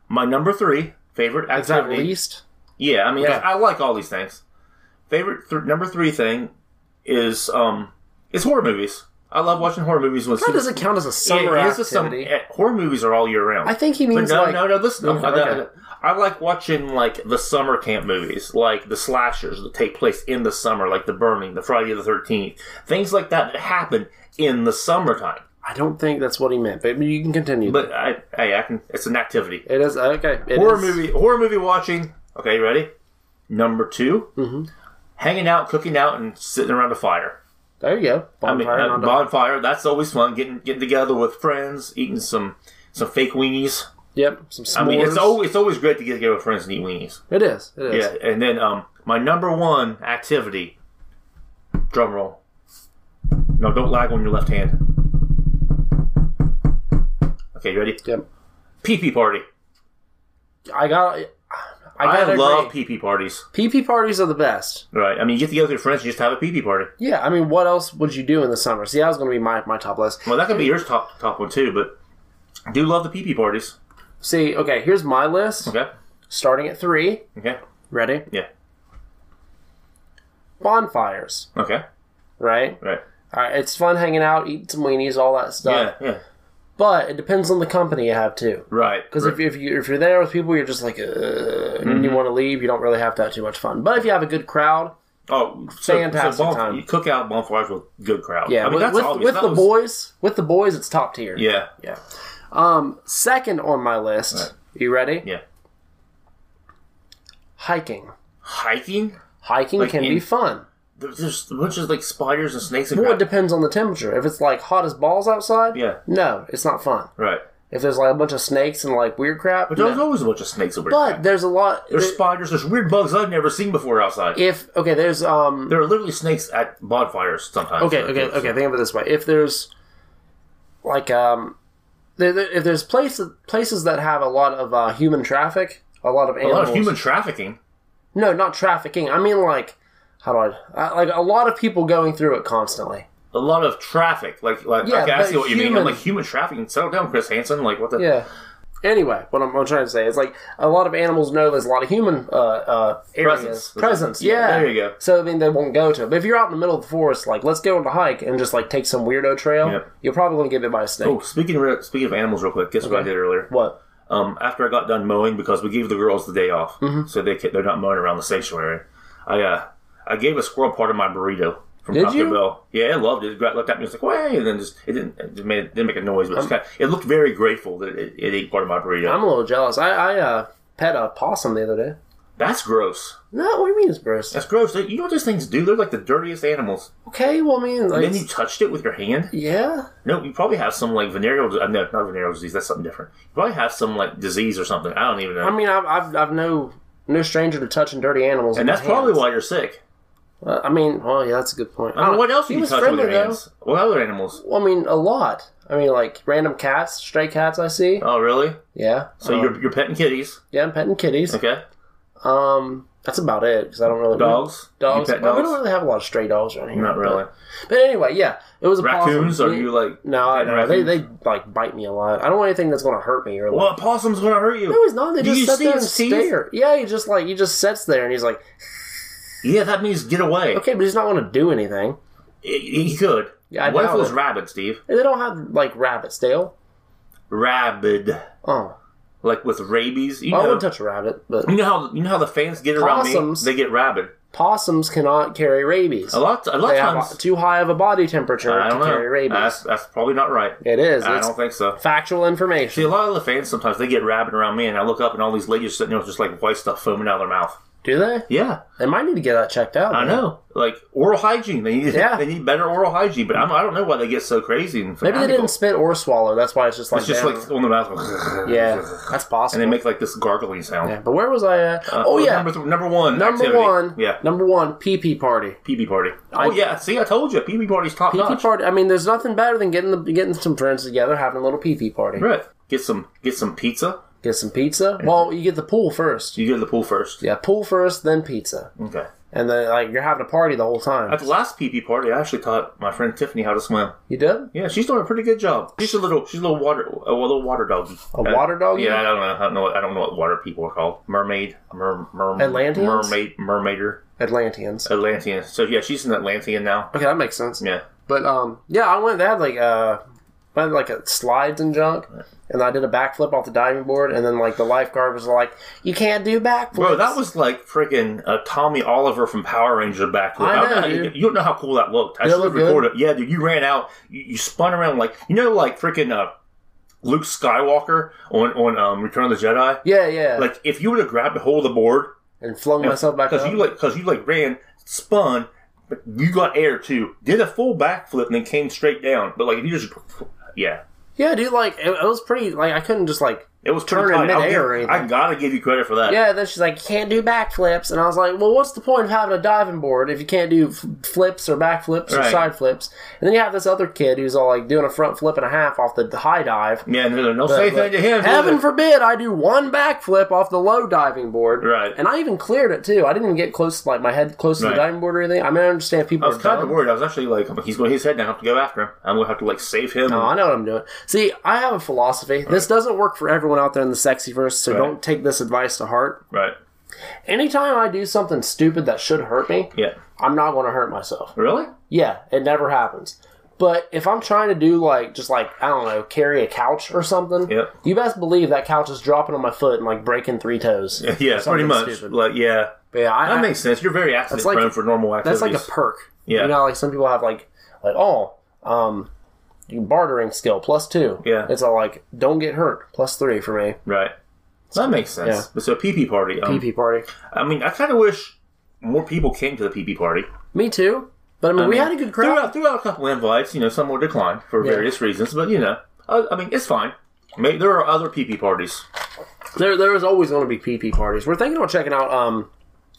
Speaker 2: my number three favorite
Speaker 1: Is that
Speaker 2: activity.
Speaker 1: least?
Speaker 2: Yeah, I mean,
Speaker 1: Okay.
Speaker 2: I, I like all these things. Favorite th- number three thing is um, is horror movies. I love watching horror movies. When
Speaker 1: That doesn't count as a summer activity.
Speaker 2: eh, horror movies are all year round.
Speaker 1: I think he
Speaker 2: But
Speaker 1: means
Speaker 2: no,
Speaker 1: like
Speaker 2: no, no. Listen,
Speaker 1: Okay,
Speaker 2: I, I-
Speaker 1: okay.
Speaker 2: I like watching like the summer camp movies, like the slashers that take place in the summer, like The Burning, the Friday the Thirteenth, things like that that happen in the summertime.
Speaker 1: I don't think that's what he meant, but you can continue.
Speaker 2: But I, hey, I can. It's an activity.
Speaker 1: it is okay. it
Speaker 2: horror
Speaker 1: is-
Speaker 2: movie horror movie watching. Okay, you ready? Number 2
Speaker 1: Mm-hmm.
Speaker 2: hanging out, cooking out, and sitting around a fire.
Speaker 1: There you go.
Speaker 2: I mean,
Speaker 1: Bonfire
Speaker 2: uh,
Speaker 1: Mountain Dog.
Speaker 2: bonfire. That's always fun. Getting getting together with friends, eating some some fake weenies.
Speaker 1: Yep. Some s'mores.
Speaker 2: I mean, it's always it's always great to get together with friends and eat weenies.
Speaker 1: It is. It is.
Speaker 2: Yeah, and then um, my number one activity. Drum roll. No, don't lag on your left hand. Okay, you ready?
Speaker 1: Yep.
Speaker 2: Pee pee party.
Speaker 1: I got. I
Speaker 2: I,
Speaker 1: got.
Speaker 2: love pee pee parties.
Speaker 1: PP parties are the best.
Speaker 2: Right. I mean, you get together with your friends and just have a pee pee party.
Speaker 1: Yeah. I mean, what else would you do in the summer? See, that was going to be my my top list.
Speaker 2: Well, that could be yours top top one too, but I do love the pee pee parties.
Speaker 1: See, okay, here's my list.
Speaker 2: Okay.
Speaker 1: Starting at three.
Speaker 2: Okay.
Speaker 1: Ready?
Speaker 2: Yeah.
Speaker 1: Bonfires.
Speaker 2: Okay.
Speaker 1: Right.
Speaker 2: Right.
Speaker 1: All right. It's fun hanging out, eating some weenies, all that stuff.
Speaker 2: Yeah. Yeah.
Speaker 1: But it depends on the company you have too.
Speaker 2: Right. Mm-hmm.
Speaker 1: Because if, if, you, if you're there with people, you're just like, Ugh, and you want to leave, you don't really have to have too much fun. But if you have a good crowd,
Speaker 2: oh, so,
Speaker 1: Fantastic
Speaker 2: so bonf-
Speaker 1: time.
Speaker 2: You cook out bonfires with good crowd.
Speaker 1: yeah,
Speaker 2: I mean,
Speaker 1: with,
Speaker 2: that's
Speaker 1: with,
Speaker 2: obvious.
Speaker 1: with
Speaker 2: That
Speaker 1: the
Speaker 2: was-
Speaker 1: boys, with the boys, it's top tier.
Speaker 2: Yeah.
Speaker 1: yeah. Um, second on my list, you ready?
Speaker 2: Yeah.
Speaker 1: Hiking.
Speaker 2: Hiking.
Speaker 1: Hiking
Speaker 2: Like
Speaker 1: can
Speaker 2: in-
Speaker 1: be fun.
Speaker 2: There's just a bunch of like spiders and snakes and
Speaker 1: Well, it
Speaker 2: crap.
Speaker 1: depends on the temperature. If it's like hot as balls outside,
Speaker 2: Yeah.
Speaker 1: no, it's not fun.
Speaker 2: Right.
Speaker 1: if there's like a bunch of snakes and like weird crap.
Speaker 2: But there's
Speaker 1: no.
Speaker 2: always a bunch of snakes over
Speaker 1: But there's a lot.
Speaker 2: There's
Speaker 1: there-
Speaker 2: spiders. There's weird bugs I've never seen before outside.
Speaker 1: if okay, there's um
Speaker 2: there are literally snakes at bonfires sometimes.
Speaker 1: okay
Speaker 2: So,
Speaker 1: okay
Speaker 2: so-
Speaker 1: okay. Think of it this way: if there's like um there, there- if there's places places that have a lot of uh, human traffic, a lot of
Speaker 2: A
Speaker 1: animals,
Speaker 2: lot of human trafficking.
Speaker 1: no, not trafficking. I mean like how do I uh, like a lot of people going through it constantly.
Speaker 2: A lot of traffic. Like, like
Speaker 1: Yeah,
Speaker 2: okay, I
Speaker 1: but
Speaker 2: see what you mean. I'm
Speaker 1: human-
Speaker 2: like human trafficking. Settle down, Chris Hansen. Like what the?
Speaker 1: Yeah. Anyway, what I'm, what I'm trying to say is like a lot of animals know there's a lot of human uh, uh, areas.
Speaker 2: Presence.
Speaker 1: Presence,
Speaker 2: Yeah,
Speaker 1: yeah.
Speaker 2: there you go.
Speaker 1: So I mean, they won't go to it. But if you're out in the middle of the forest, like let's go on a hike and just like take some weirdo trail,
Speaker 2: Yep.
Speaker 1: you're probably gonna get bit by a snake.
Speaker 2: Oh, speaking of, speaking of animals, real quick. Guess what I did earlier?
Speaker 1: What?
Speaker 2: um, after I got done mowing because we gave the girls the day off,
Speaker 1: Mm-hmm.
Speaker 2: so they ca- they're not mowing around the sanctuary. I uh, I gave a squirrel part of my burrito from
Speaker 1: Did
Speaker 2: Taco
Speaker 1: you?
Speaker 2: Bell. Yeah, it loved it. It got- looked at me, it was like, "Way!" and then just it didn't it just made it didn't make a noise, but it's kind of, it looked very grateful that it, it ate part of my burrito.
Speaker 1: I'm a little jealous. I, I uh, pet a possum the other day.
Speaker 2: That's gross.
Speaker 1: No, what do you mean it's gross?
Speaker 2: That's gross. They- You know what those things do? They're like the dirtiest animals.
Speaker 1: Okay, well, I mean, like,
Speaker 2: And then you touched it with your hand.
Speaker 1: yeah,
Speaker 2: No, you probably have some like venereal. di- uh, No, not venereal disease. That's something different. You probably have some like disease or something. I don't even know.
Speaker 1: I mean, I've, I've, I've no no stranger to touching dirty animals.
Speaker 2: and that's probably why you're sick.
Speaker 1: why. I mean, well, yeah, that's a good point.
Speaker 2: I mean, what else
Speaker 1: Oh, He
Speaker 2: do you
Speaker 1: was
Speaker 2: touch with your
Speaker 1: friendly, though.
Speaker 2: hands? What other animals?
Speaker 1: Well, I mean, a lot. I mean, like random cats, stray cats. I see.
Speaker 2: Oh, really?
Speaker 1: Yeah.
Speaker 2: So
Speaker 1: Um,
Speaker 2: you're, you're petting kitties,
Speaker 1: yeah, I'm petting kitties.
Speaker 2: okay?
Speaker 1: Um, that's about it because I don't really
Speaker 2: Dogs?
Speaker 1: Dogs.
Speaker 2: You pet
Speaker 1: Well, we
Speaker 2: dogs?
Speaker 1: don't really have a lot of stray dogs around here.
Speaker 2: Not really.
Speaker 1: But, but anyway, yeah, it was a possum.
Speaker 2: Raccoons? Are
Speaker 1: We-
Speaker 2: you like?
Speaker 1: No, I
Speaker 2: petting
Speaker 1: know. They,
Speaker 2: raccoons?
Speaker 1: they like bite me a lot. I don't want anything that's going to hurt me or like.
Speaker 2: Well, a possum's gonna hurt you.
Speaker 1: No, he's not. They
Speaker 2: Do
Speaker 1: just
Speaker 2: you
Speaker 1: sit
Speaker 2: see
Speaker 1: there and
Speaker 2: his teeth?
Speaker 1: stare. Yeah, he just like he just sits there and he's like,
Speaker 2: Yeah, that means get away.
Speaker 1: okay, but he's not going to do anything.
Speaker 2: He he could.
Speaker 1: Yeah, I
Speaker 2: what if it
Speaker 1: doubt
Speaker 2: was
Speaker 1: it.
Speaker 2: rabid, Steve?
Speaker 1: And they don't have like rabbits, Dale.
Speaker 2: Rabid,
Speaker 1: Oh,
Speaker 2: like with rabies. You
Speaker 1: I
Speaker 2: know,
Speaker 1: wouldn't touch a rabbit, but
Speaker 2: you know how you know how the fans get around me.
Speaker 1: Possums.
Speaker 2: They get rabid.
Speaker 1: possums cannot carry rabies.
Speaker 2: A lot. A lot
Speaker 1: They
Speaker 2: of
Speaker 1: have
Speaker 2: times.
Speaker 1: too high of a body temperature
Speaker 2: I
Speaker 1: to
Speaker 2: don't know.
Speaker 1: carry rabies.
Speaker 2: That's, that's probably not right.
Speaker 1: it is.
Speaker 2: I
Speaker 1: It's
Speaker 2: don't think so.
Speaker 1: factual
Speaker 2: See,
Speaker 1: information.
Speaker 2: a lot of the fans sometimes they get rabid around me, and I look up and all these ladies sitting there with just like white stuff foaming out of their mouth.
Speaker 1: Do they?
Speaker 2: Yeah,
Speaker 1: They might need to get that checked out.
Speaker 2: I
Speaker 1: man.
Speaker 2: know. Like oral hygiene, they need
Speaker 1: Yeah.
Speaker 2: they need better oral hygiene. But I'm, I don't know why they get so crazy. And
Speaker 1: Maybe they
Speaker 2: fanatical.
Speaker 1: didn't spit or swallow. That's why it's just like
Speaker 2: It's just
Speaker 1: down.
Speaker 2: like on the mouth.
Speaker 1: yeah, that's
Speaker 2: and
Speaker 1: possible.
Speaker 2: they make like this gargling sound. Uh,
Speaker 1: yeah. But where was I at? oh yeah,
Speaker 2: number, th- number one,
Speaker 1: number
Speaker 2: activity.
Speaker 1: one.
Speaker 2: yeah,
Speaker 1: number one. Pee pee party.
Speaker 2: PB party. Oh
Speaker 1: I-
Speaker 2: yeah, see, I told you, PB party's top
Speaker 1: Pee
Speaker 2: notch.
Speaker 1: party. I mean, there's nothing better than getting the, getting some friends together, having a little pee pee party.
Speaker 2: Right. Get some, get some pizza.
Speaker 1: Get some pizza. Well, you get the pool first.
Speaker 2: You go to the pool first.
Speaker 1: Yeah, pool first, then pizza,
Speaker 2: Okay.
Speaker 1: and then like you're having a party the whole time.
Speaker 2: At the last PB party, I actually taught my friend Tiffany how to swim.
Speaker 1: You did?
Speaker 2: Yeah, she's doing a pretty good job. She's a little, she's a little water, a little water doggy.
Speaker 1: A water doggy?
Speaker 2: Uh, Yeah, I don't know, I don't know, what, I don't know what water people are called. Mermaid, mer, mer,
Speaker 1: Atlanteans?
Speaker 2: mermaid, mermaider,
Speaker 1: Atlanteans.
Speaker 2: Atlantean. So yeah, she's an Atlantean now.
Speaker 1: Okay, that makes sense.
Speaker 2: Uh, Yeah,
Speaker 1: But um, yeah, I went. They had like uh, they had like a slides and junk, and I did a backflip off the diving board, and then like the lifeguard was like, "You can't do backflips."
Speaker 2: bro, that was like freaking uh, Tommy Oliver from Power Ranger back then.
Speaker 1: I
Speaker 2: don't
Speaker 1: know,
Speaker 2: how you-
Speaker 1: dude.
Speaker 2: You don't know how cool that looked. I
Speaker 1: Did it
Speaker 2: should have
Speaker 1: look good?
Speaker 2: recorded. it. Yeah, dude, you ran out, you, you spun around like you know, like freaking uh, Luke Skywalker on on um, Return of the Jedi.
Speaker 1: yeah, yeah,
Speaker 2: Like if you would have grabbed a hold of the board
Speaker 1: and flung myself back
Speaker 2: because
Speaker 1: up.
Speaker 2: you like because you like ran spun but you got air too did a full backflip and then came straight down but like if you just yeah
Speaker 1: yeah, dude, like it, it was pretty. Like I couldn't just like.
Speaker 2: it was pretty
Speaker 1: Turn in
Speaker 2: tight. I'll
Speaker 1: midair
Speaker 2: give-
Speaker 1: or anything.
Speaker 2: I gotta give you credit for that
Speaker 1: Yeah, then she's like, you can't do backflips. And I was like, well, what's the point of having a diving board if you can't do f- flips or backflips or
Speaker 2: Right.
Speaker 1: side flips? And then you have this other kid who's all like doing a front flip and a half off the high dive.
Speaker 2: yeah no, no, no say
Speaker 1: But
Speaker 2: anything to him
Speaker 1: Heaven
Speaker 2: either.
Speaker 1: forbid I do one backflip off the low diving board.
Speaker 2: Right.
Speaker 1: And I even cleared it too. I didn't even get close, like my head close to
Speaker 2: Right.
Speaker 1: the diving board or anything. I mean, I understand people
Speaker 2: I was
Speaker 1: are
Speaker 2: kind
Speaker 1: dumb.
Speaker 2: of worried. I was actually like, I'm like, he's going his head down. I have to go after him. I'm gonna have to like save him.
Speaker 1: No, I know what I'm doing. See, I have a philosophy. This doesn't work for everyone out there in the sexy verse, so
Speaker 2: Right.
Speaker 1: don't take this advice to heart.
Speaker 2: Right?
Speaker 1: Anytime I do something stupid that should hurt me,
Speaker 2: Yeah.
Speaker 1: I'm not going to hurt myself.
Speaker 2: Really?
Speaker 1: Yeah, it never happens. But if I'm trying to do like just like I don't know, carry a couch or something,
Speaker 2: Yep.
Speaker 1: you best believe that couch is dropping on my foot and like breaking three toes.
Speaker 2: Yeah. Pretty
Speaker 1: Something
Speaker 2: much.
Speaker 1: stupid.
Speaker 2: Like, yeah.
Speaker 1: But yeah, I,
Speaker 2: That
Speaker 1: I-
Speaker 2: makes sense. You're very accident prone
Speaker 1: like-
Speaker 2: for normal activities.
Speaker 1: that's like a perk.
Speaker 2: Yeah.
Speaker 1: you know, like some people have like like oh, um, bartering skill plus two.
Speaker 2: Yeah.
Speaker 1: it's all like don't get hurt plus three for me.
Speaker 2: right. That makes sense.
Speaker 1: Yeah.
Speaker 2: But so PP party. Um,
Speaker 1: PP party.
Speaker 2: I mean, I kind of wish more people came to the PP party.
Speaker 1: Me too. But I mean, we
Speaker 2: mean,
Speaker 1: had a good crowd.
Speaker 2: Threw out, threw out a couple invites. You know, some were declined for various reasons, but you know, I, I mean, it's fine. May, there are other PP parties.
Speaker 1: There, there is always going to be PP parties. We're thinking about checking out um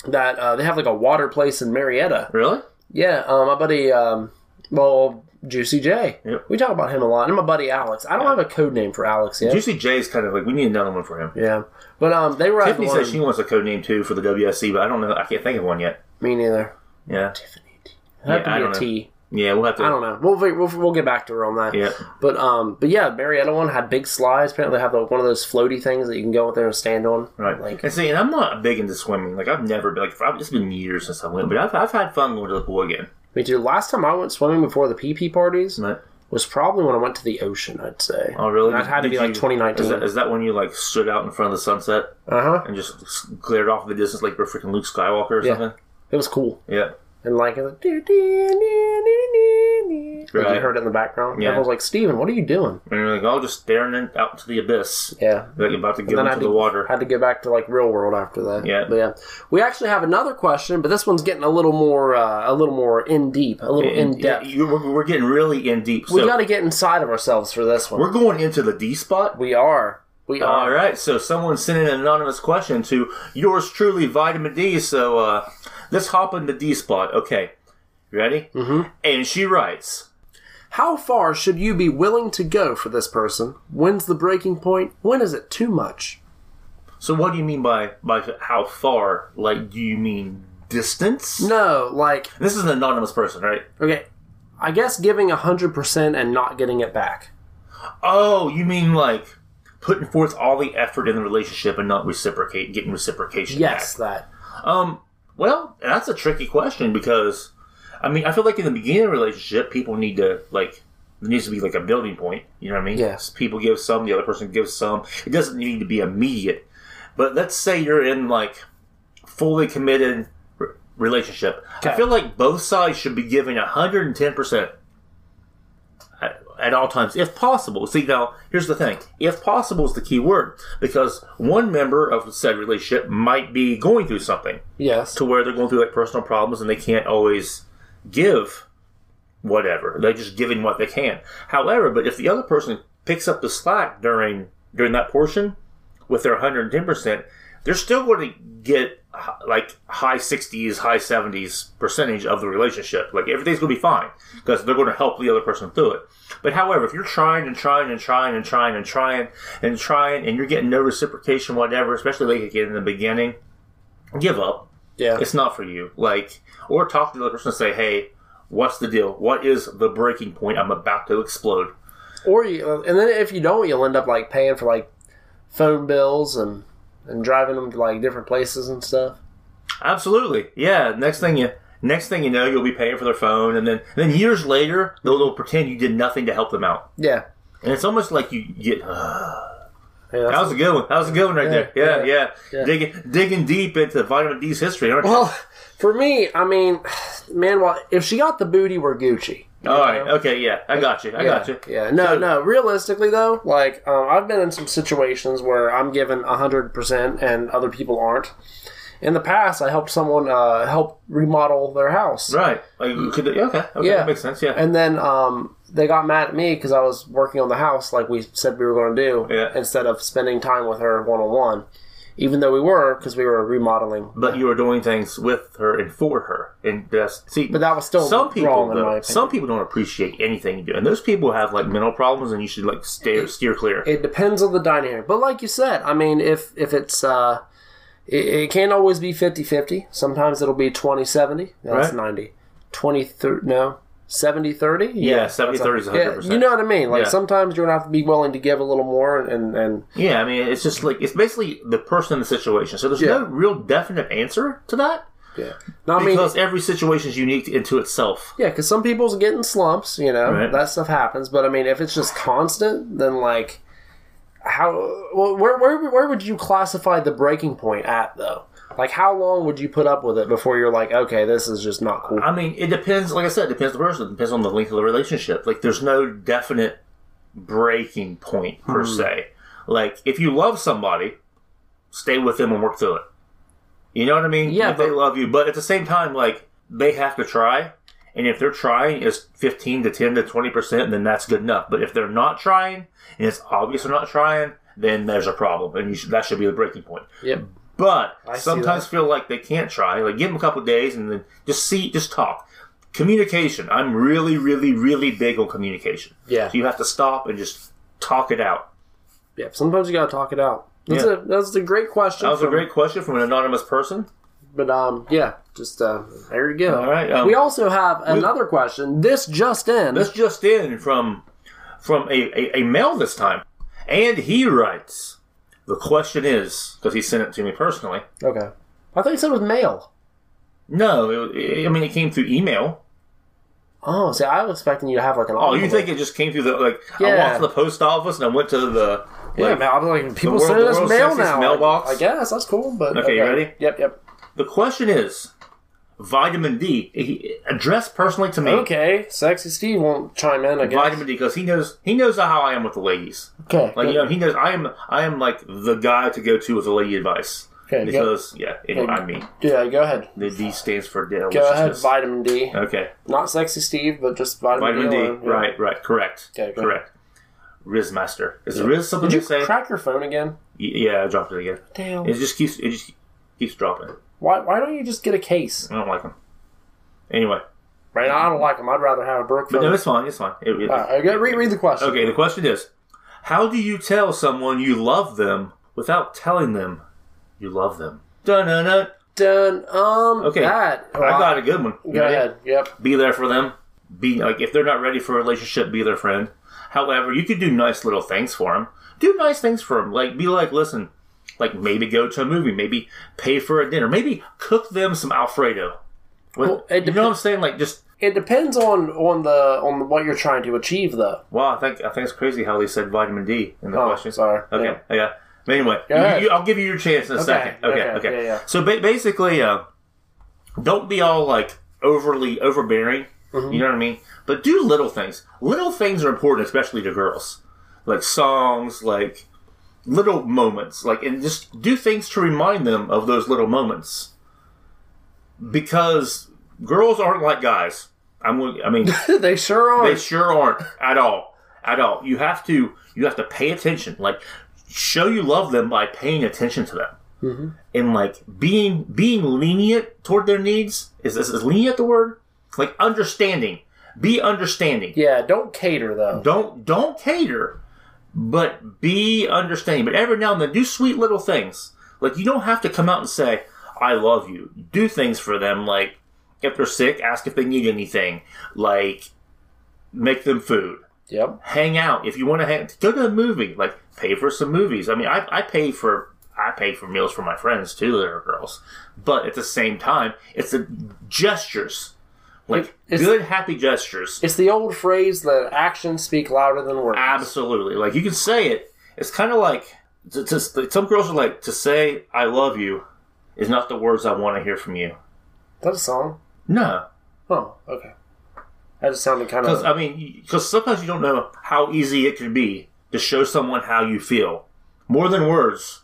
Speaker 1: that uh, they have like a water place in Marietta.
Speaker 2: Really?
Speaker 1: Yeah, um, my buddy, um, well, Juicy J.
Speaker 2: Yep.
Speaker 1: We talk about him a lot, and my buddy Alex. I don't have a code name for Alex yet.
Speaker 2: Juicy J is kind of like we need another one for him.
Speaker 1: yeah, but um, they were at the
Speaker 2: Tiffany says
Speaker 1: one-
Speaker 2: she wants a code name too for the WSC, but I don't know. I can't think of one yet.
Speaker 1: me neither.
Speaker 2: Yeah,
Speaker 1: Tiffany T. It'd have
Speaker 2: Yeah, I
Speaker 1: to be a
Speaker 2: don't know.
Speaker 1: T.
Speaker 2: yeah, we'll have to.
Speaker 1: I don't know. We'll, fi- we'll we'll get back to her on that.
Speaker 2: Yeah.
Speaker 1: But um, but yeah, Marietta one had big slides. Apparently, they have the, one of those floaty things that you can go out there and stand on.
Speaker 2: Right.
Speaker 1: Like
Speaker 2: and see, and I'm not big into swimming. Like I've never been. Like I've, it's been years since I went, but I've, I've had fun going to the pool again.
Speaker 1: me too. Last time I went swimming before the PP parties
Speaker 2: But,
Speaker 1: was probably when I went to the ocean. I'd say.
Speaker 2: oh, really?
Speaker 1: And that had to
Speaker 2: Did
Speaker 1: be
Speaker 2: you-
Speaker 1: like
Speaker 2: Is that,
Speaker 1: 2019.
Speaker 2: is that when you like stood out in front of the sunset
Speaker 1: Uh huh.
Speaker 2: and just s- glared off in the distance like you're freaking Luke Skywalker or
Speaker 1: Yeah.
Speaker 2: something?
Speaker 1: It was cool.
Speaker 2: Yeah.
Speaker 1: And like, it was like, "Doo, doo, doo, doo, doo, doo." Like,
Speaker 2: Right.
Speaker 1: you heard it in the background.
Speaker 2: Yeah.
Speaker 1: Everyone's like, Steven, what are you doing?
Speaker 2: And you're like, oh, just staring in, out into the abyss,
Speaker 1: Yeah.
Speaker 2: like you're about to go
Speaker 1: then I
Speaker 2: into
Speaker 1: had
Speaker 2: the
Speaker 1: to-
Speaker 2: water.
Speaker 1: Had to go back to like real world after that.
Speaker 2: Yeah.
Speaker 1: But yeah. We actually have another question, but this one's getting a little more uh, a little more in deep, a little in
Speaker 2: And, yeah,
Speaker 1: depth.
Speaker 2: you- we're, we're getting really in deep.
Speaker 1: we
Speaker 2: so
Speaker 1: got to get inside of ourselves for this one.
Speaker 2: we're Uh, going into the D spot.
Speaker 1: We are. We
Speaker 2: All
Speaker 1: are.
Speaker 2: right, so someone sent in an anonymous question to yours truly, Vitamin D. So uh, let's hop into D spot. Okay, you ready? Mm-hmm. And she writes,
Speaker 1: How far should you be willing to go for this person? When's the breaking point? When is it too much?
Speaker 2: "So what do you mean by by how far? Like, do you mean distance?
Speaker 1: No, like
Speaker 2: This is an anonymous person, right?
Speaker 1: okay, I guess giving hundred percent and not getting it back.
Speaker 2: Oh, you mean like putting forth all the effort in the relationship and not reciprocate, getting reciprocation?
Speaker 1: Yes,
Speaker 2: back.
Speaker 1: that.
Speaker 2: Um, well, that's a tricky question because, I mean, I feel like in the beginning of a relationship, people need to like there needs to be like a building point. You know what I mean?
Speaker 1: Yes.
Speaker 2: People give some, the other person gives some. It doesn't need to be immediate. But let's say you're in like fully committed r- relationship. I
Speaker 1: Okay.
Speaker 2: feel like both sides should be giving 110 percent at, at all times, if possible. See, now, here's the thing. If possible is the key word, because one member of said relationship might be going through something
Speaker 1: Yes.
Speaker 2: to where they're going through like personal problems and they can't always give whatever. They're just giving what they can. However, but if the other person picks up the slack during during that portion with their 110%, they're still going to get uh, like high 60s, high 70s percentage of the relationship. Like everything's going to be fine because they're going to help the other person through it. But however, if you're trying and trying and trying and trying and trying and trying and you're getting no reciprocation, whatever, especially like again in the beginning, give up
Speaker 1: Yeah.
Speaker 2: it's not for you. Like, or talk to the other person and say, hey, what's the deal? What is the breaking point? I'm about to explode.
Speaker 1: Or you, uh, and then if you don't, you'll end up like paying for like phone bills and and driving them to like different places and stuff.
Speaker 2: Absolutely. Yeah. Next thing you. Next thing you know, you'll be paying for their phone, and then and then years later, they'll, they'll pretend you did nothing to help them out,
Speaker 1: Yeah.
Speaker 2: and it's almost like you get.
Speaker 1: Yeah, that's-
Speaker 2: that was a good one. That was a good one right there.
Speaker 1: Yeah,
Speaker 2: Yeah, yeah. Digging digging deep into vitamin D's history, aren't you?
Speaker 1: well, for me, I mean, man, well, if she got the booty, we're Gucci.
Speaker 2: All right. Okay. Yeah. I got you.
Speaker 1: Yeah,
Speaker 2: I got you.
Speaker 1: Yeah. No,
Speaker 2: So-
Speaker 1: no. Realistically, though, like um, I've been in some situations where I'm given hundred percent and other people aren't. In the past, I helped someone uh, help remodel their house.
Speaker 2: Right. Like, you could, yeah, okay. Okay.
Speaker 1: Yeah.
Speaker 2: That makes sense. Yeah.
Speaker 1: And then um, they got mad at me because I was working on the house like we said we were going to do
Speaker 2: Yeah.
Speaker 1: instead of spending time with her one on one, even though we were because we were remodeling.
Speaker 2: but you are doing things with her and for her. And that's see, but
Speaker 1: that was still
Speaker 2: some people.
Speaker 1: wrong in
Speaker 2: though,
Speaker 1: my opinion.
Speaker 2: some people don't appreciate anything you do, and those people have like mental problems, and you should like steer steer clear.
Speaker 1: It depends on the dynamic. But like you said, I mean, if if it's. Uh, it, it can't always be 50-50. Sometimes it'll be 20-70. No, That's
Speaker 2: Right.
Speaker 1: 90. 20 thir- no. 70-30?
Speaker 2: Yeah, 70-30 is 100%.
Speaker 1: you know what I mean? Like
Speaker 2: Yeah.
Speaker 1: sometimes you're going to have to be willing to give a little more and, and, and
Speaker 2: yeah, I mean, it's just like it's basically the person in the situation. So there's
Speaker 1: Yeah.
Speaker 2: no real definite answer to that
Speaker 1: yeah. No, I mean,
Speaker 2: because every situation is unique into itself.
Speaker 1: Yeah, because some people's getting slumps, you know,
Speaker 2: Right.
Speaker 1: that stuff happens. But I mean, if it's just constant, then like, how? Well, where where where would you classify the breaking point at though? Like, how long would you put up with it before you're like, okay, this is just not cool?
Speaker 2: I mean, it depends. Like I said, it depends on the person. It depends on the length of the relationship. Like, there's no definite breaking point per
Speaker 1: Hmm.
Speaker 2: se. Like, if you love somebody, stay with them and work through it. You know what I mean?
Speaker 1: Yeah,
Speaker 2: If they
Speaker 1: but-
Speaker 2: love you, but at the same time, like they have to try, And if they're trying, it's 15 to 10 to 20%, then that's good enough. But if they're not trying, and it's obvious they're not trying, then there's a problem. And you should, that should be the breaking point.
Speaker 1: Yep.
Speaker 2: But
Speaker 3: I see
Speaker 2: sometimes
Speaker 3: that.
Speaker 2: feel like they can't try. Like give them a couple of days and then just see, just talk. Communication. I'm really, really, really big on communication.
Speaker 1: Yeah.
Speaker 2: So you have to stop and just talk it out.
Speaker 1: Yep. Sometimes you gotta talk it out. That's
Speaker 2: Yeah.
Speaker 1: a that's a great question.
Speaker 2: That was a
Speaker 1: from-
Speaker 2: great question from an anonymous person.
Speaker 1: But um, yeah. Just uh, there you go.
Speaker 2: All right, um,
Speaker 1: we also have another question. This just in.
Speaker 2: That's just in from from a, a, a male this time. And he writes, the question is, because he sent it to me personally.
Speaker 1: okay. I thought you said it was male.
Speaker 2: No, it, it- I mean, it came through email.
Speaker 1: Oh, see, I was expecting you to have like an.
Speaker 2: Oh, you think it just came through the, like, I
Speaker 1: Yeah.
Speaker 2: walked to the post office and I went to the,
Speaker 1: Yeah,
Speaker 2: like,
Speaker 1: man. I'm like people
Speaker 2: world-
Speaker 1: sending
Speaker 2: the
Speaker 1: us
Speaker 2: world's
Speaker 1: mail
Speaker 2: sexiest
Speaker 1: now.
Speaker 2: mailbox?
Speaker 1: I guess that's cool. But
Speaker 2: Okay, you ready?
Speaker 1: Yep. Yep.
Speaker 2: the question is, vitamin D, he- addressed personally to me.
Speaker 1: Okay, sexy Steve won't chime in. I guess.
Speaker 2: Vitamin D, because he knows he knows how I am with the ladies.
Speaker 1: Okay.
Speaker 2: Like
Speaker 1: good.
Speaker 2: you know, he knows I am I am like the guy to go to with the lady advice
Speaker 1: Okay, go-
Speaker 2: because yeah, anyway, I mean
Speaker 1: yeah. Go ahead.
Speaker 2: the D stands for deliciousness.
Speaker 1: Go ahead. Vitamin D.
Speaker 2: Okay.
Speaker 1: Not sexy Steve, but just vitamin,
Speaker 2: Vitamin D.
Speaker 1: alone, yeah.
Speaker 2: Right, right. Correct.
Speaker 1: Okay, go
Speaker 2: correct. Rizmaster. Is Riz something
Speaker 1: Did you
Speaker 2: you say?
Speaker 1: crack Oh. your phone again?
Speaker 2: Y- yeah, I dropped it again.
Speaker 1: Damn.
Speaker 2: It just keeps it just keeps dropping.
Speaker 1: Why, why don't you just get a case?
Speaker 2: I don't like them. Anyway,
Speaker 1: Right now, I don't like them. I'd rather have a broke
Speaker 2: but
Speaker 1: phone.
Speaker 2: no, it's fine. It's fine. It- it-
Speaker 1: Oh. All right, okay, re- read the question.
Speaker 2: okay. The question is, how do you tell someone you love them without telling them you love them? Dun dun dun.
Speaker 1: Done. Um.
Speaker 2: Okay.
Speaker 1: That. uh,
Speaker 2: I got a good one.
Speaker 1: Go ahead. Yep.
Speaker 2: Be there for them. Be like if they're not ready for a relationship, be their friend. However, you could do nice little things for them. Do nice things for them. Like be like, listen, like maybe go to a movie, maybe pay for a dinner, maybe cook them some Alfredo. With-
Speaker 1: Well, it
Speaker 2: you know what I'm saying? Like just
Speaker 1: It depends on on the on what you're trying to achieve, though.
Speaker 2: wow. I think I think it's crazy how they said vitamin D in the
Speaker 1: Oh,
Speaker 2: question.
Speaker 1: sorry.
Speaker 2: Okay. Yeah. But Anyway, you-
Speaker 1: ahead.
Speaker 2: you- I'll give you your chance in a second. Okay.
Speaker 1: okay,
Speaker 2: Okay.
Speaker 1: yeah, yeah.
Speaker 2: So ba- basically, uh, don't be all like overly overbearing.
Speaker 1: Mm-hmm.
Speaker 2: You know what I mean? But do little things. Little things are important, especially to girls. Like songs, like little moments, like and just do things to remind them of those little moments. Because girls aren't like guys. I'm. gonna- I mean.
Speaker 1: they sure are.
Speaker 2: They sure aren't at all. At all. You have to you have to pay attention. Like show you love them by paying attention to them. And like being being lenient toward their needs is this is lenient the word? Like understanding. Be understanding.
Speaker 1: yeah. Don't cater, though.
Speaker 2: Don't don't cater, but be understanding. But every now and then do sweet little things. Like you don't have to come out and say, I love you. Do things for them like if they're sick, ask if they need anything. Like make them food
Speaker 1: Yep.
Speaker 2: hang out if you want to hang, go to a movie like pay for some movies i mean I, I pay for i pay for meals for my friends too that are girls but at the same time it's the gestures like
Speaker 1: It's-
Speaker 2: good happy gestures
Speaker 1: It's the old phrase that actions speak louder than words.
Speaker 2: Ah. absolutely like you can say it it's kind of like to, to, some girls are like to say i love you is not the words i want to hear from you
Speaker 1: That's a song.
Speaker 2: no
Speaker 1: Oh, okay. That just sounded kind
Speaker 2: Because
Speaker 1: of.
Speaker 2: I mean, because sometimes you don't know how easy it can be to show someone how you feel, more than words,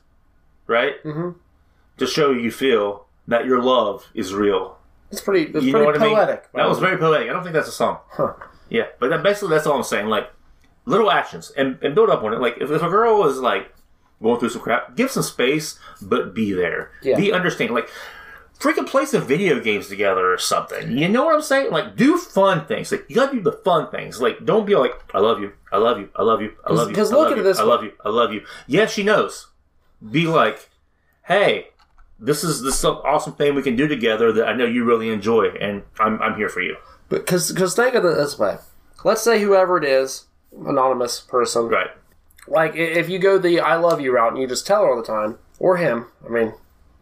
Speaker 2: right? Mm-hmm. To show you feel that your love is real.
Speaker 1: It's pretty. It's
Speaker 2: You
Speaker 1: pretty
Speaker 2: know what
Speaker 1: poetic.
Speaker 2: I mean? That was very poetic. I don't think that's a song.
Speaker 1: Huh.
Speaker 2: Yeah, but that, basically that's all I'm saying. Like little actions and, and build up on it. Like if, if a girl is like going through some crap, give some space, but be there.
Speaker 1: Yeah.
Speaker 2: Be understanding. Like freaking play some video games together or something. You know what I'm saying? Like do fun things. Like you gotta do the fun things. Like don't be like I love you, I love you, I love you, I love you.
Speaker 1: 'cause
Speaker 2: I
Speaker 1: look
Speaker 2: love
Speaker 1: at
Speaker 2: you,
Speaker 1: this
Speaker 2: I love you, I love you. Yeah, she knows. Be like, hey. This is this is some awesome thing we can do together that I know you really enjoy, and I'm, I'm here for you.
Speaker 1: Because because think of it this way. Let's say whoever it is, anonymous person,
Speaker 2: Right.
Speaker 1: like i- if you go the "I love you" route and you just tell her all the time, or him. I mean,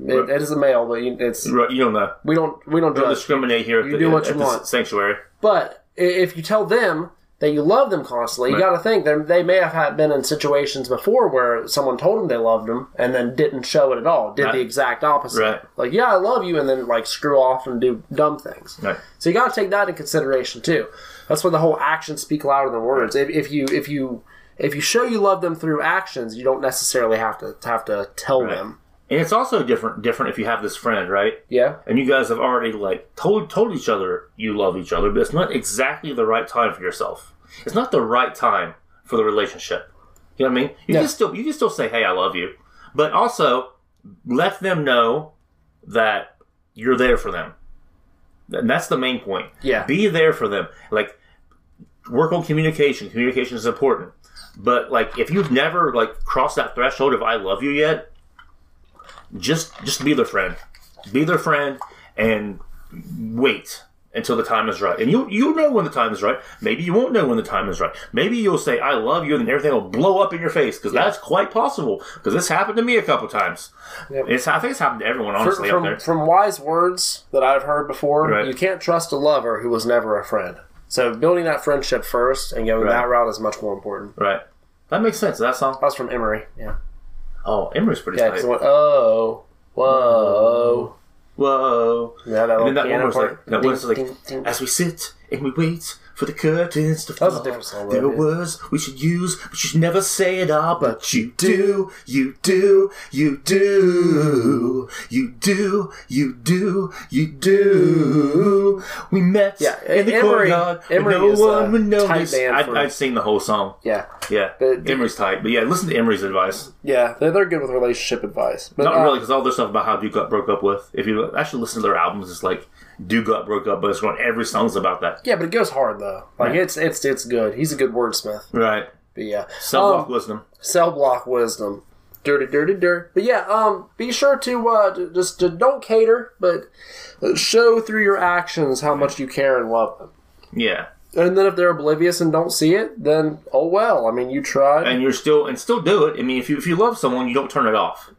Speaker 1: it,
Speaker 2: Right.
Speaker 1: it is a male, but you, it's
Speaker 2: Right, you don't know.
Speaker 1: we don't we don't
Speaker 2: Don't
Speaker 1: judge.
Speaker 2: discriminate here at
Speaker 1: You
Speaker 2: the,
Speaker 1: do what
Speaker 2: at
Speaker 1: you
Speaker 2: the
Speaker 1: want.
Speaker 2: sanctuary.
Speaker 1: But i- if you tell them that you love them constantly, you
Speaker 2: Right.
Speaker 1: got to think that they may have had been in situations before where someone told them they loved them and then didn't show it at all, did
Speaker 2: Right.
Speaker 1: the exact opposite.
Speaker 2: Right.
Speaker 1: Like, yeah, I love you, and then like screw off and do dumb things.
Speaker 2: Right.
Speaker 1: So you got to take that in consideration too. That's where the whole actions speak louder than words. If, if you if you if you show you love them through actions, you don't necessarily have to have to tell them.
Speaker 2: And it's also different different if you have this friend, right?
Speaker 1: Yeah.
Speaker 2: And you guys have already like told told each other you love each other, but it's not exactly the right time for yourself. It's not the right time for the relationship. You know what I mean? You
Speaker 1: No.
Speaker 2: can still you can still say, "Hey, I love you," but also let them know that you're there for them. And that's the main point.
Speaker 1: Yeah.
Speaker 2: Be there for them. Like work on communication. Communication is important. But like if you've never like crossed that threshold of I love you yet, just just be their friend. Be their friend and wait until the time is right. And you you know when the time is right. Maybe you won't know when the time is right. Maybe you'll say I love you and then everything will blow up in your face because that's quite possible because this happened to me a couple times.
Speaker 1: Yep.
Speaker 2: It's I think it's happened to everyone honestly out
Speaker 1: from,
Speaker 2: there.
Speaker 1: from wise words that I've heard before,
Speaker 2: Right.
Speaker 1: you can't trust a lover who was never a friend. So building that friendship first and going that
Speaker 2: Right.
Speaker 1: route is much more important.
Speaker 2: Right. That makes sense. That song.
Speaker 1: That was from Emory. Yeah.
Speaker 2: Oh, Emory's pretty
Speaker 1: Yeah,
Speaker 2: yeah,
Speaker 1: because it went, oh, whoa.
Speaker 2: Whoa.
Speaker 1: Yeah, that
Speaker 2: And then
Speaker 1: little
Speaker 2: that one
Speaker 1: Oh, piano
Speaker 2: was
Speaker 1: part.
Speaker 2: like, that one was like,
Speaker 1: Ding, ding, ding.
Speaker 2: as we sit and we wait for the curtains to fall.
Speaker 1: was a different song,
Speaker 2: There are
Speaker 1: wasn't it?
Speaker 2: words we should use, but you should never say it all. But you do, you do, you do, you do, you do, you do. We met
Speaker 1: Yeah,
Speaker 2: in the
Speaker 1: Emery-
Speaker 2: courtyard, but
Speaker 1: Emery
Speaker 2: no
Speaker 1: is,
Speaker 2: one
Speaker 1: uh,
Speaker 2: would know
Speaker 1: tight
Speaker 2: this.
Speaker 1: band
Speaker 2: I'd,
Speaker 1: for-
Speaker 2: I'd sing the whole song.
Speaker 1: Yeah.
Speaker 2: Yeah,
Speaker 1: But-
Speaker 2: Emery's tight, but yeah, listen to Emery's advice.
Speaker 1: Yeah, they're, they're good with relationship advice. But,
Speaker 2: Not
Speaker 1: uh,
Speaker 2: really, because all their stuff about how Duke got broke up with. If you actually listen to their albums, it's like Duke got broke up, but it's going every song's about that.
Speaker 1: Yeah, but it goes hard, though. Like, it's it's it's good. He's a good wordsmith.
Speaker 2: Right.
Speaker 1: But yeah.
Speaker 2: Some
Speaker 1: Um,
Speaker 2: Walk Wisdom.
Speaker 1: cell block wisdom. Dirty, dirty, dirt. But yeah, um, be sure to uh, to- just to don't cater, but show through your actions how much you care and love them.
Speaker 2: Yeah.
Speaker 1: And then if they're oblivious and don't see it, then oh well. I mean, you tried.
Speaker 2: And you're still and still do it. I mean, if you if you love someone, you don't turn it off.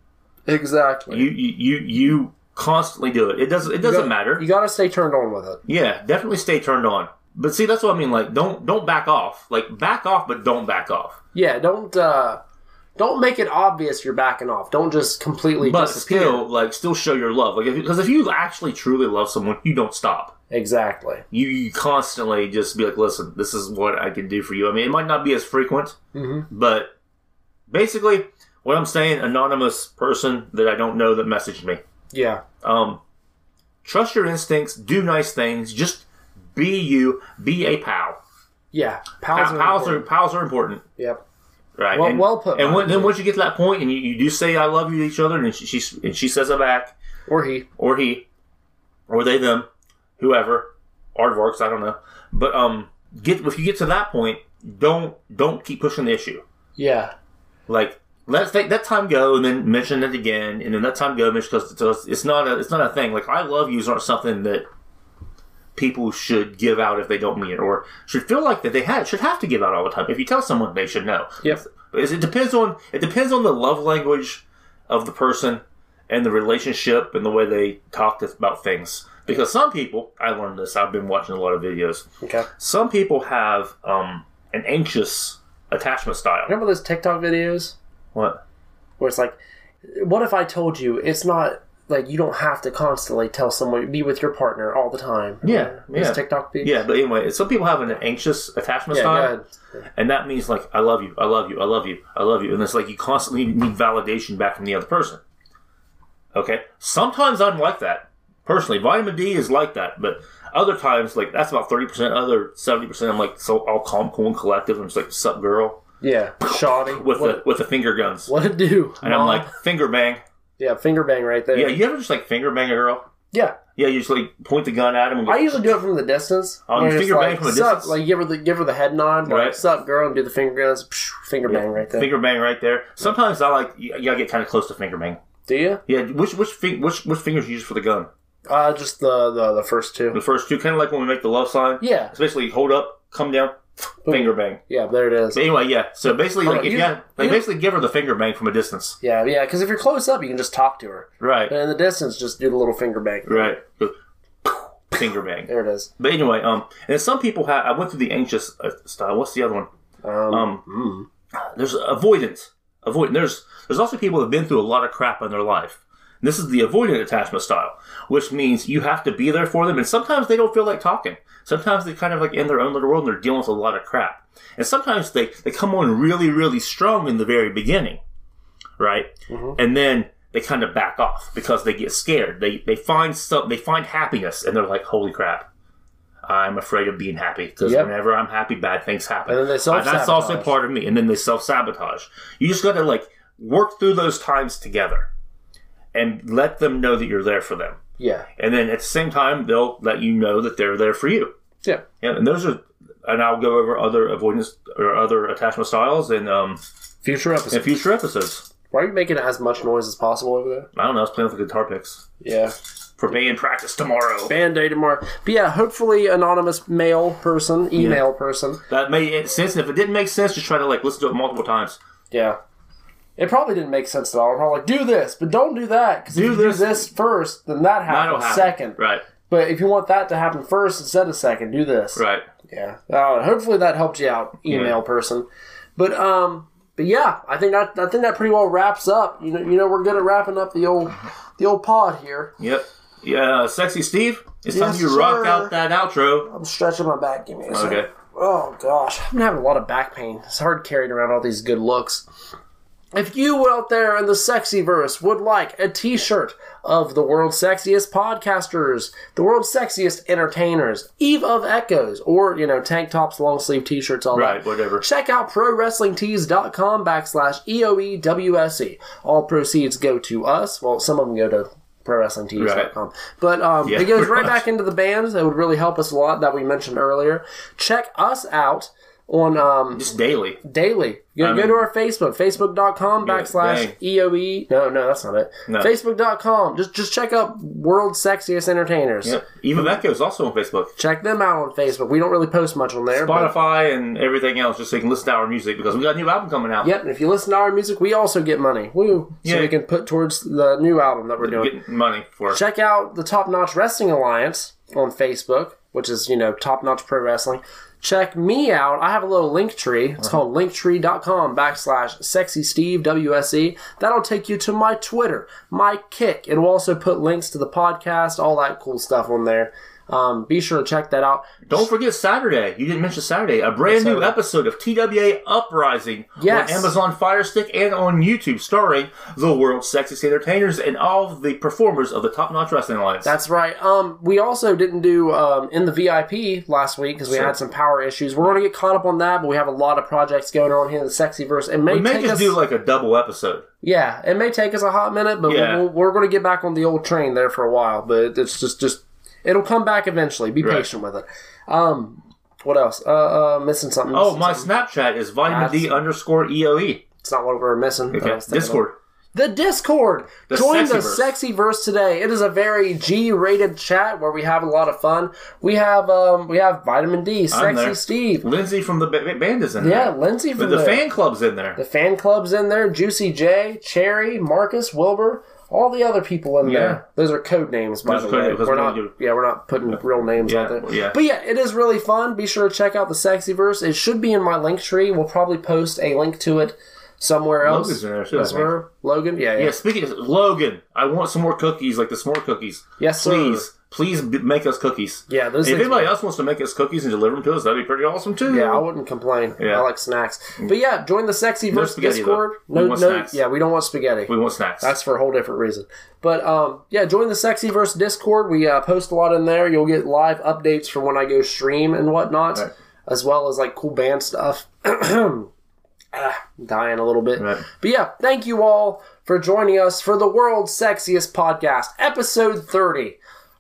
Speaker 1: exactly.
Speaker 2: You you you, you constantly do it. It doesn't it doesn't matter.
Speaker 1: You got to stay turned on with it.
Speaker 2: yeah, definitely stay turned on. But see, that's what I mean. Like, don't don't back off. Like, back off, but don't back off.
Speaker 1: Yeah, don't uh, don't make it obvious you're backing off. Don't just completely
Speaker 2: But
Speaker 1: disappear.
Speaker 2: still, like, still show your love. Like, because if you actually truly love someone, you don't stop.
Speaker 1: exactly.
Speaker 2: you, you constantly just be like, listen, this is what I can do for you. I mean, it might not be as frequent,
Speaker 1: Mm-hmm.
Speaker 2: but basically, what I'm saying, anonymous person that I don't know that messaged me,
Speaker 1: Yeah.
Speaker 2: um, trust your instincts, do nice things, just be you, be a pal.
Speaker 1: Yeah.
Speaker 2: Pals,
Speaker 1: Pals,
Speaker 2: pals,
Speaker 1: are
Speaker 2: are,
Speaker 1: important.
Speaker 2: pals are important.
Speaker 1: Yep.
Speaker 2: Right.
Speaker 1: Well-
Speaker 2: and,
Speaker 1: well put,
Speaker 2: And when,
Speaker 1: Matthew.
Speaker 2: then once you get to that point, and you, you do say "I love you" to each other, and she, she and she says it back,
Speaker 1: Or he.
Speaker 2: or he, or they, them, whoever, aardvarks, I don't know. But um, get if you get to that point, don't don't keep pushing the issue.
Speaker 1: Yeah.
Speaker 2: Like let's take that time go and then mention it again, and then that time go mention because it's not a it's not a thing. Like I love yous aren't something that people should give out if they don't mean it, or should feel like that they had should have to give out all the time. If you tell someone, they should know.
Speaker 1: Yep.
Speaker 2: Because it depends on it depends on the love language of the person and the relationship and the way they talk about things. Because some people, I learned this. I've been watching a lot of videos.
Speaker 1: Okay.
Speaker 2: Some people have um, an anxious attachment style.
Speaker 1: Remember those TikTok videos?
Speaker 2: What?
Speaker 1: where it's like, what if I told you it's not like you don't have to constantly tell someone be with your partner all the time?
Speaker 2: Yeah,
Speaker 1: Those
Speaker 2: yeah.
Speaker 1: TikTok people.
Speaker 2: Yeah, but anyway, some people have an anxious attachment
Speaker 1: yeah,
Speaker 2: style,
Speaker 1: go ahead.
Speaker 2: and that means like I love you, I love you, I love you, I love you, and it's like you constantly need validation back from the other person. Okay, sometimes I'm like that personally. Vitamin D is like that, but other times like that's about thirty percent. Other seventy percent, I'm like so all calm, cool, and collective. I'm just like sup, girl,
Speaker 1: yeah, shoddy
Speaker 2: with
Speaker 1: what,
Speaker 2: the with the finger guns,
Speaker 1: what it do?
Speaker 2: and I'm like finger bang.
Speaker 1: yeah, finger bang right there.
Speaker 2: Yeah, you ever just like finger bang a girl?
Speaker 1: Yeah.
Speaker 2: Yeah, you just like point the gun at him. And go,
Speaker 1: I usually do it from the distance.
Speaker 2: Oh, you
Speaker 1: where it's
Speaker 2: finger bang
Speaker 1: like,
Speaker 2: from a
Speaker 1: "Sup,"
Speaker 2: distance?
Speaker 1: Like give her the give her the head nod, like
Speaker 2: Right.
Speaker 1: "sup, girl," and do the finger guns. psh, finger bang right there.
Speaker 2: finger bang right there. Sometimes I like you gotta get kind of close to finger bang.
Speaker 1: do you?
Speaker 2: Yeah, which which fing- which which fingers you use for the gun?
Speaker 1: Uh, just the, the the first
Speaker 2: The
Speaker 1: two.
Speaker 2: first two, kind of like when we make the love sign.
Speaker 1: Yeah,
Speaker 2: It's basically hold up, come down, finger bang.
Speaker 1: yeah, there it is.
Speaker 2: But anyway, yeah. So basically,
Speaker 1: Hold
Speaker 2: like
Speaker 1: on,
Speaker 2: if
Speaker 1: you-
Speaker 2: you, had- they
Speaker 1: you-
Speaker 2: basically give her the finger bang from a distance.
Speaker 1: Yeah, yeah. Because if you're close up, you can just talk to her.
Speaker 2: Right.
Speaker 1: But in the distance, just do the little finger bang.
Speaker 2: Right. Finger bang.
Speaker 1: There it is.
Speaker 2: But anyway, um, and some people have. I went through the anxious uh, style. What's the other one?
Speaker 1: Um,
Speaker 2: Um,
Speaker 1: mm.
Speaker 2: there's avoidant. Avoidant. There's there's also people who've been through a lot of crap in their life. This is the avoidant attachment style, which means you have to be there for them, and sometimes they don't feel like talking. Sometimes they're kind of like in their own little world and they're dealing with a lot of crap. And sometimes they, they come on really, really strong in the very beginning, right? And then they kind of back off because they get scared. They they find some they find happiness and they're like, holy crap, I'm afraid of being happy because
Speaker 1: Yep.
Speaker 2: whenever I'm happy, bad things happen.
Speaker 1: And then they
Speaker 2: that's also
Speaker 1: self-sabotage.
Speaker 2: part of me. And then they self sabotage. You just got to like work through those times together and let them know that you're there for them.
Speaker 1: Yeah.
Speaker 2: And then at the same time, they'll let you know that they're there for you.
Speaker 1: Yeah.
Speaker 2: Yeah, and those are. And I'll go over other avoidance or other attachment styles in, um,
Speaker 1: Future
Speaker 2: in
Speaker 1: episode.
Speaker 2: future episodes.
Speaker 1: Why are you making as much noise as possible over there?
Speaker 2: I don't know. I was playing with the guitar picks
Speaker 1: Yeah.
Speaker 2: for band practice tomorrow.
Speaker 1: Band aid tomorrow. But yeah, hopefully anonymous mail person, email person.
Speaker 2: That made it sense. And if it didn't make sense, just try to like listen to it multiple times.
Speaker 1: Yeah. It probably didn't make sense at all. I'm probably like, do this, but don't do that. Because if
Speaker 2: Do
Speaker 1: you
Speaker 2: this-
Speaker 1: do this first, then that
Speaker 2: That'll
Speaker 1: happens
Speaker 2: happen.
Speaker 1: second.
Speaker 2: Right.
Speaker 1: But if you want that to happen first instead of second, do this.
Speaker 2: Right.
Speaker 1: Yeah. Uh, hopefully that helped you out, email
Speaker 2: Yeah.
Speaker 1: person. But um, but yeah, I think that I think that pretty well wraps up. You know, you know, we're good at wrapping up the old the old pod here.
Speaker 2: Yep. Yeah. Sexy Steve. It's time
Speaker 1: Yes,
Speaker 2: you rock
Speaker 1: sir.
Speaker 2: out that outro.
Speaker 1: I'm stretching my back. Give me a second.
Speaker 2: Okay.
Speaker 1: Oh gosh, I'm having a lot of back pain. It's hard carrying around all these good looks. If you out there in the sexy verse would like a t-shirt of the world's sexiest podcasters, the world's sexiest entertainers, Eve of Echoes, or you know, tank tops, long sleeve t-shirts, all
Speaker 2: Right.
Speaker 1: that.
Speaker 2: Whatever.
Speaker 1: Check out prowrestlingtees.com backslash E EOEWSE. E. All proceeds go to us. Well, some of them go to prowrestlingtees.com. But um,
Speaker 2: Yeah,
Speaker 1: it goes
Speaker 2: pretty
Speaker 1: right
Speaker 2: much.
Speaker 1: back into the bands. It would really help us a lot that we mentioned earlier. Check us out on um,
Speaker 2: Just daily.
Speaker 1: daily. Go,
Speaker 2: I
Speaker 1: go to
Speaker 2: mean-
Speaker 1: our Facebook, facebook.com
Speaker 2: dang.
Speaker 1: backslash EOE. No, no, that's not it.
Speaker 2: No.
Speaker 1: Facebook.com. Just, just check up World Sexiest Entertainers.
Speaker 2: Yep. Eva Vecchio is also on Facebook,
Speaker 1: Check them out on Facebook. We don't really post much on there. but-
Speaker 2: Spotify, and everything else, just so you can listen to our music because we got a new album coming out.
Speaker 1: Yep, and if you listen to our music, we also get money. Woo! So
Speaker 2: Yeah.
Speaker 1: we can put towards the new album that we're doing.
Speaker 2: Getting money for. it.
Speaker 1: Check out the Top Notch Wrestling Alliance on Facebook, which is, you know, Top Notch Pro Wrestling. Check me out. I have a little link tree.
Speaker 2: Uh-huh.
Speaker 1: It's called linktree.com backslash sexy Steve WSE. That'll take you to my Twitter, my kick. It'll also put links to the podcast, all that cool stuff on there. Um, be sure to check that out.
Speaker 2: Don't forget Saturday. You didn't mention Saturday. A brand new
Speaker 1: Saturday.
Speaker 2: episode of TWA Uprising
Speaker 1: Yes.
Speaker 2: on Amazon Fire Stick and on YouTube, starring the world's sexiest entertainers and all the performers of the Top Notch Wrestling Alliance.
Speaker 1: That's right. Um, we also didn't do um, in the VIP last week because we
Speaker 2: Sure.
Speaker 1: had some power issues. We're going to get caught up on that, but we have a lot of projects going on here in the sexy verse. It may,
Speaker 2: we may
Speaker 1: take
Speaker 2: just
Speaker 1: us,
Speaker 2: do like a double episode.
Speaker 1: yeah, it may take us a hot minute, but
Speaker 2: Yeah.
Speaker 1: we'll, we're going to get back on the old train there for a while. But it's just, just it'll come back eventually. Be
Speaker 2: Right.
Speaker 1: patient with it. Um, what else? Uh, uh missing something?
Speaker 2: Oh,
Speaker 1: missing
Speaker 2: my
Speaker 1: something.
Speaker 2: Snapchat is vitamin D underscore EOE.
Speaker 1: It's not what we're missing. that I
Speaker 2: Okay.
Speaker 1: was thinking of.
Speaker 2: Discord.
Speaker 1: The Discord.
Speaker 2: The
Speaker 1: Join the
Speaker 2: Sexyverse.
Speaker 1: sexy verse today. It is a very G-rated chat where we have a lot of fun. We have um we have Vitamin D, Sexy
Speaker 2: there.
Speaker 1: Steve.
Speaker 2: Lindsay from the ba- ba- band is in
Speaker 1: Yeah,
Speaker 2: there.
Speaker 1: Lindsay
Speaker 2: But
Speaker 1: from
Speaker 2: the
Speaker 1: there.
Speaker 2: fan club's in there.
Speaker 1: The fan club's in there. Juicy J, Cherry, Marcus, Wilbur, all the other people in there. Those are code names, by
Speaker 2: Those
Speaker 1: the
Speaker 2: are code
Speaker 1: way.
Speaker 2: names, 'cause
Speaker 1: We're
Speaker 2: we
Speaker 1: not,
Speaker 2: don't do-
Speaker 1: yeah, we're not putting real names out
Speaker 2: Yeah,
Speaker 1: there.
Speaker 2: yeah.
Speaker 1: But yeah, it is really fun. Be sure to check out the Sexy Verse. It should be in my link tree. We'll probably post a link to it somewhere else.
Speaker 2: Logan's in there too. I
Speaker 1: That's
Speaker 2: think.
Speaker 1: where- Logan, yeah, yeah.
Speaker 2: Yeah, speaking of Logan, I want some more cookies, like the s'more cookies.
Speaker 1: Yes, sir.
Speaker 2: please, please b- make us cookies.
Speaker 1: Yeah, those
Speaker 2: If
Speaker 1: things
Speaker 2: anybody else wants to make us cookies and deliver them to us, that'd be pretty awesome too.
Speaker 1: Yeah, I wouldn't complain.
Speaker 2: Yeah. Mm.
Speaker 1: I like snacks. But yeah, join the sexy verse
Speaker 2: spaghetti,
Speaker 1: Discord.
Speaker 2: though.
Speaker 1: No,
Speaker 2: We
Speaker 1: no,
Speaker 2: want snacks.
Speaker 1: yeah, we don't want spaghetti.
Speaker 2: we want snacks.
Speaker 1: That's for a whole different reason. But um, yeah, join the sexy verse Discord. We uh, post a lot in there. You'll get live updates for when I go stream and whatnot,
Speaker 2: Right.
Speaker 1: as well as like cool band stuff. Ah, dying a little bit.
Speaker 2: Right.
Speaker 1: But yeah, thank you all for joining us for the world's sexiest podcast, episode 30.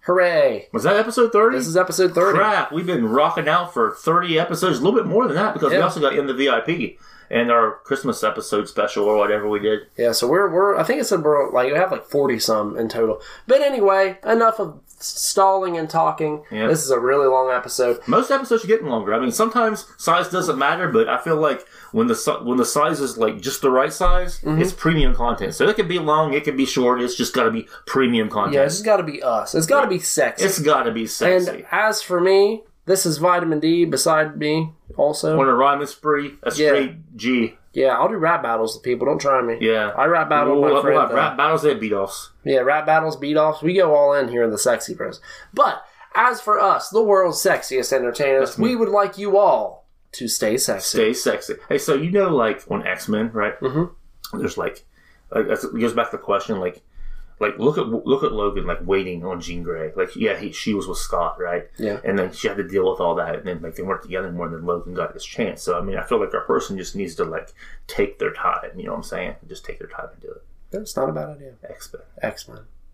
Speaker 1: Hooray!
Speaker 2: Was that episode thirty?
Speaker 1: This is episode 30.
Speaker 2: Crap, we've been rocking out for thirty episodes, a little bit more than that because we
Speaker 1: Yeah.
Speaker 2: also got in the VIP and our Christmas episode special or whatever we did.
Speaker 1: Yeah, so we're we're I think it said we're like we have like forty some in total. But anyway, enough of stalling and talking.
Speaker 2: Yeah.
Speaker 1: This is a really long episode.
Speaker 2: Most episodes are getting longer. I mean, sometimes size doesn't matter, but I feel like when the si- when the size is like just the right size,
Speaker 1: Mm-hmm.
Speaker 2: it's premium content. So it could be long, it could be short. It's just got to be premium content.
Speaker 1: Yeah, it's just got to be us. It's got to be sexy.
Speaker 2: It's got to be
Speaker 1: and
Speaker 2: sexy.
Speaker 1: as for me, this is vitamin D. Beside me, also.
Speaker 2: On a rhyming spree, a
Speaker 1: Yeah.
Speaker 2: straight G.
Speaker 1: yeah, I'll do rap battles with people. Don't try me.
Speaker 2: Yeah.
Speaker 1: I rap battle
Speaker 2: We'll,
Speaker 1: with my
Speaker 2: we'll
Speaker 1: friend.
Speaker 2: have
Speaker 1: uh,
Speaker 2: rap battles and beat offs.
Speaker 1: Yeah, rap battles, beat offs. We go all in here in the sexy press. But as for us, the world's sexiest entertainers, we would like you all to stay sexy.
Speaker 2: Stay sexy. Hey, so you know, like on X Men, right? Mm-hmm. There's like Like, that's- it goes back to the question, like, like look at look at Logan, like waiting on Jean Grey. Like, yeah, he, she was with Scott, right?
Speaker 3: Yeah.
Speaker 2: and then she had to deal with all that, and then like they weren't together more than Logan got his chance. So I mean, I feel like our person just needs to like take their time. You know what I'm saying? Just take their time and do it.
Speaker 3: That's not a bad idea.
Speaker 2: X Men.
Speaker 3: X Men.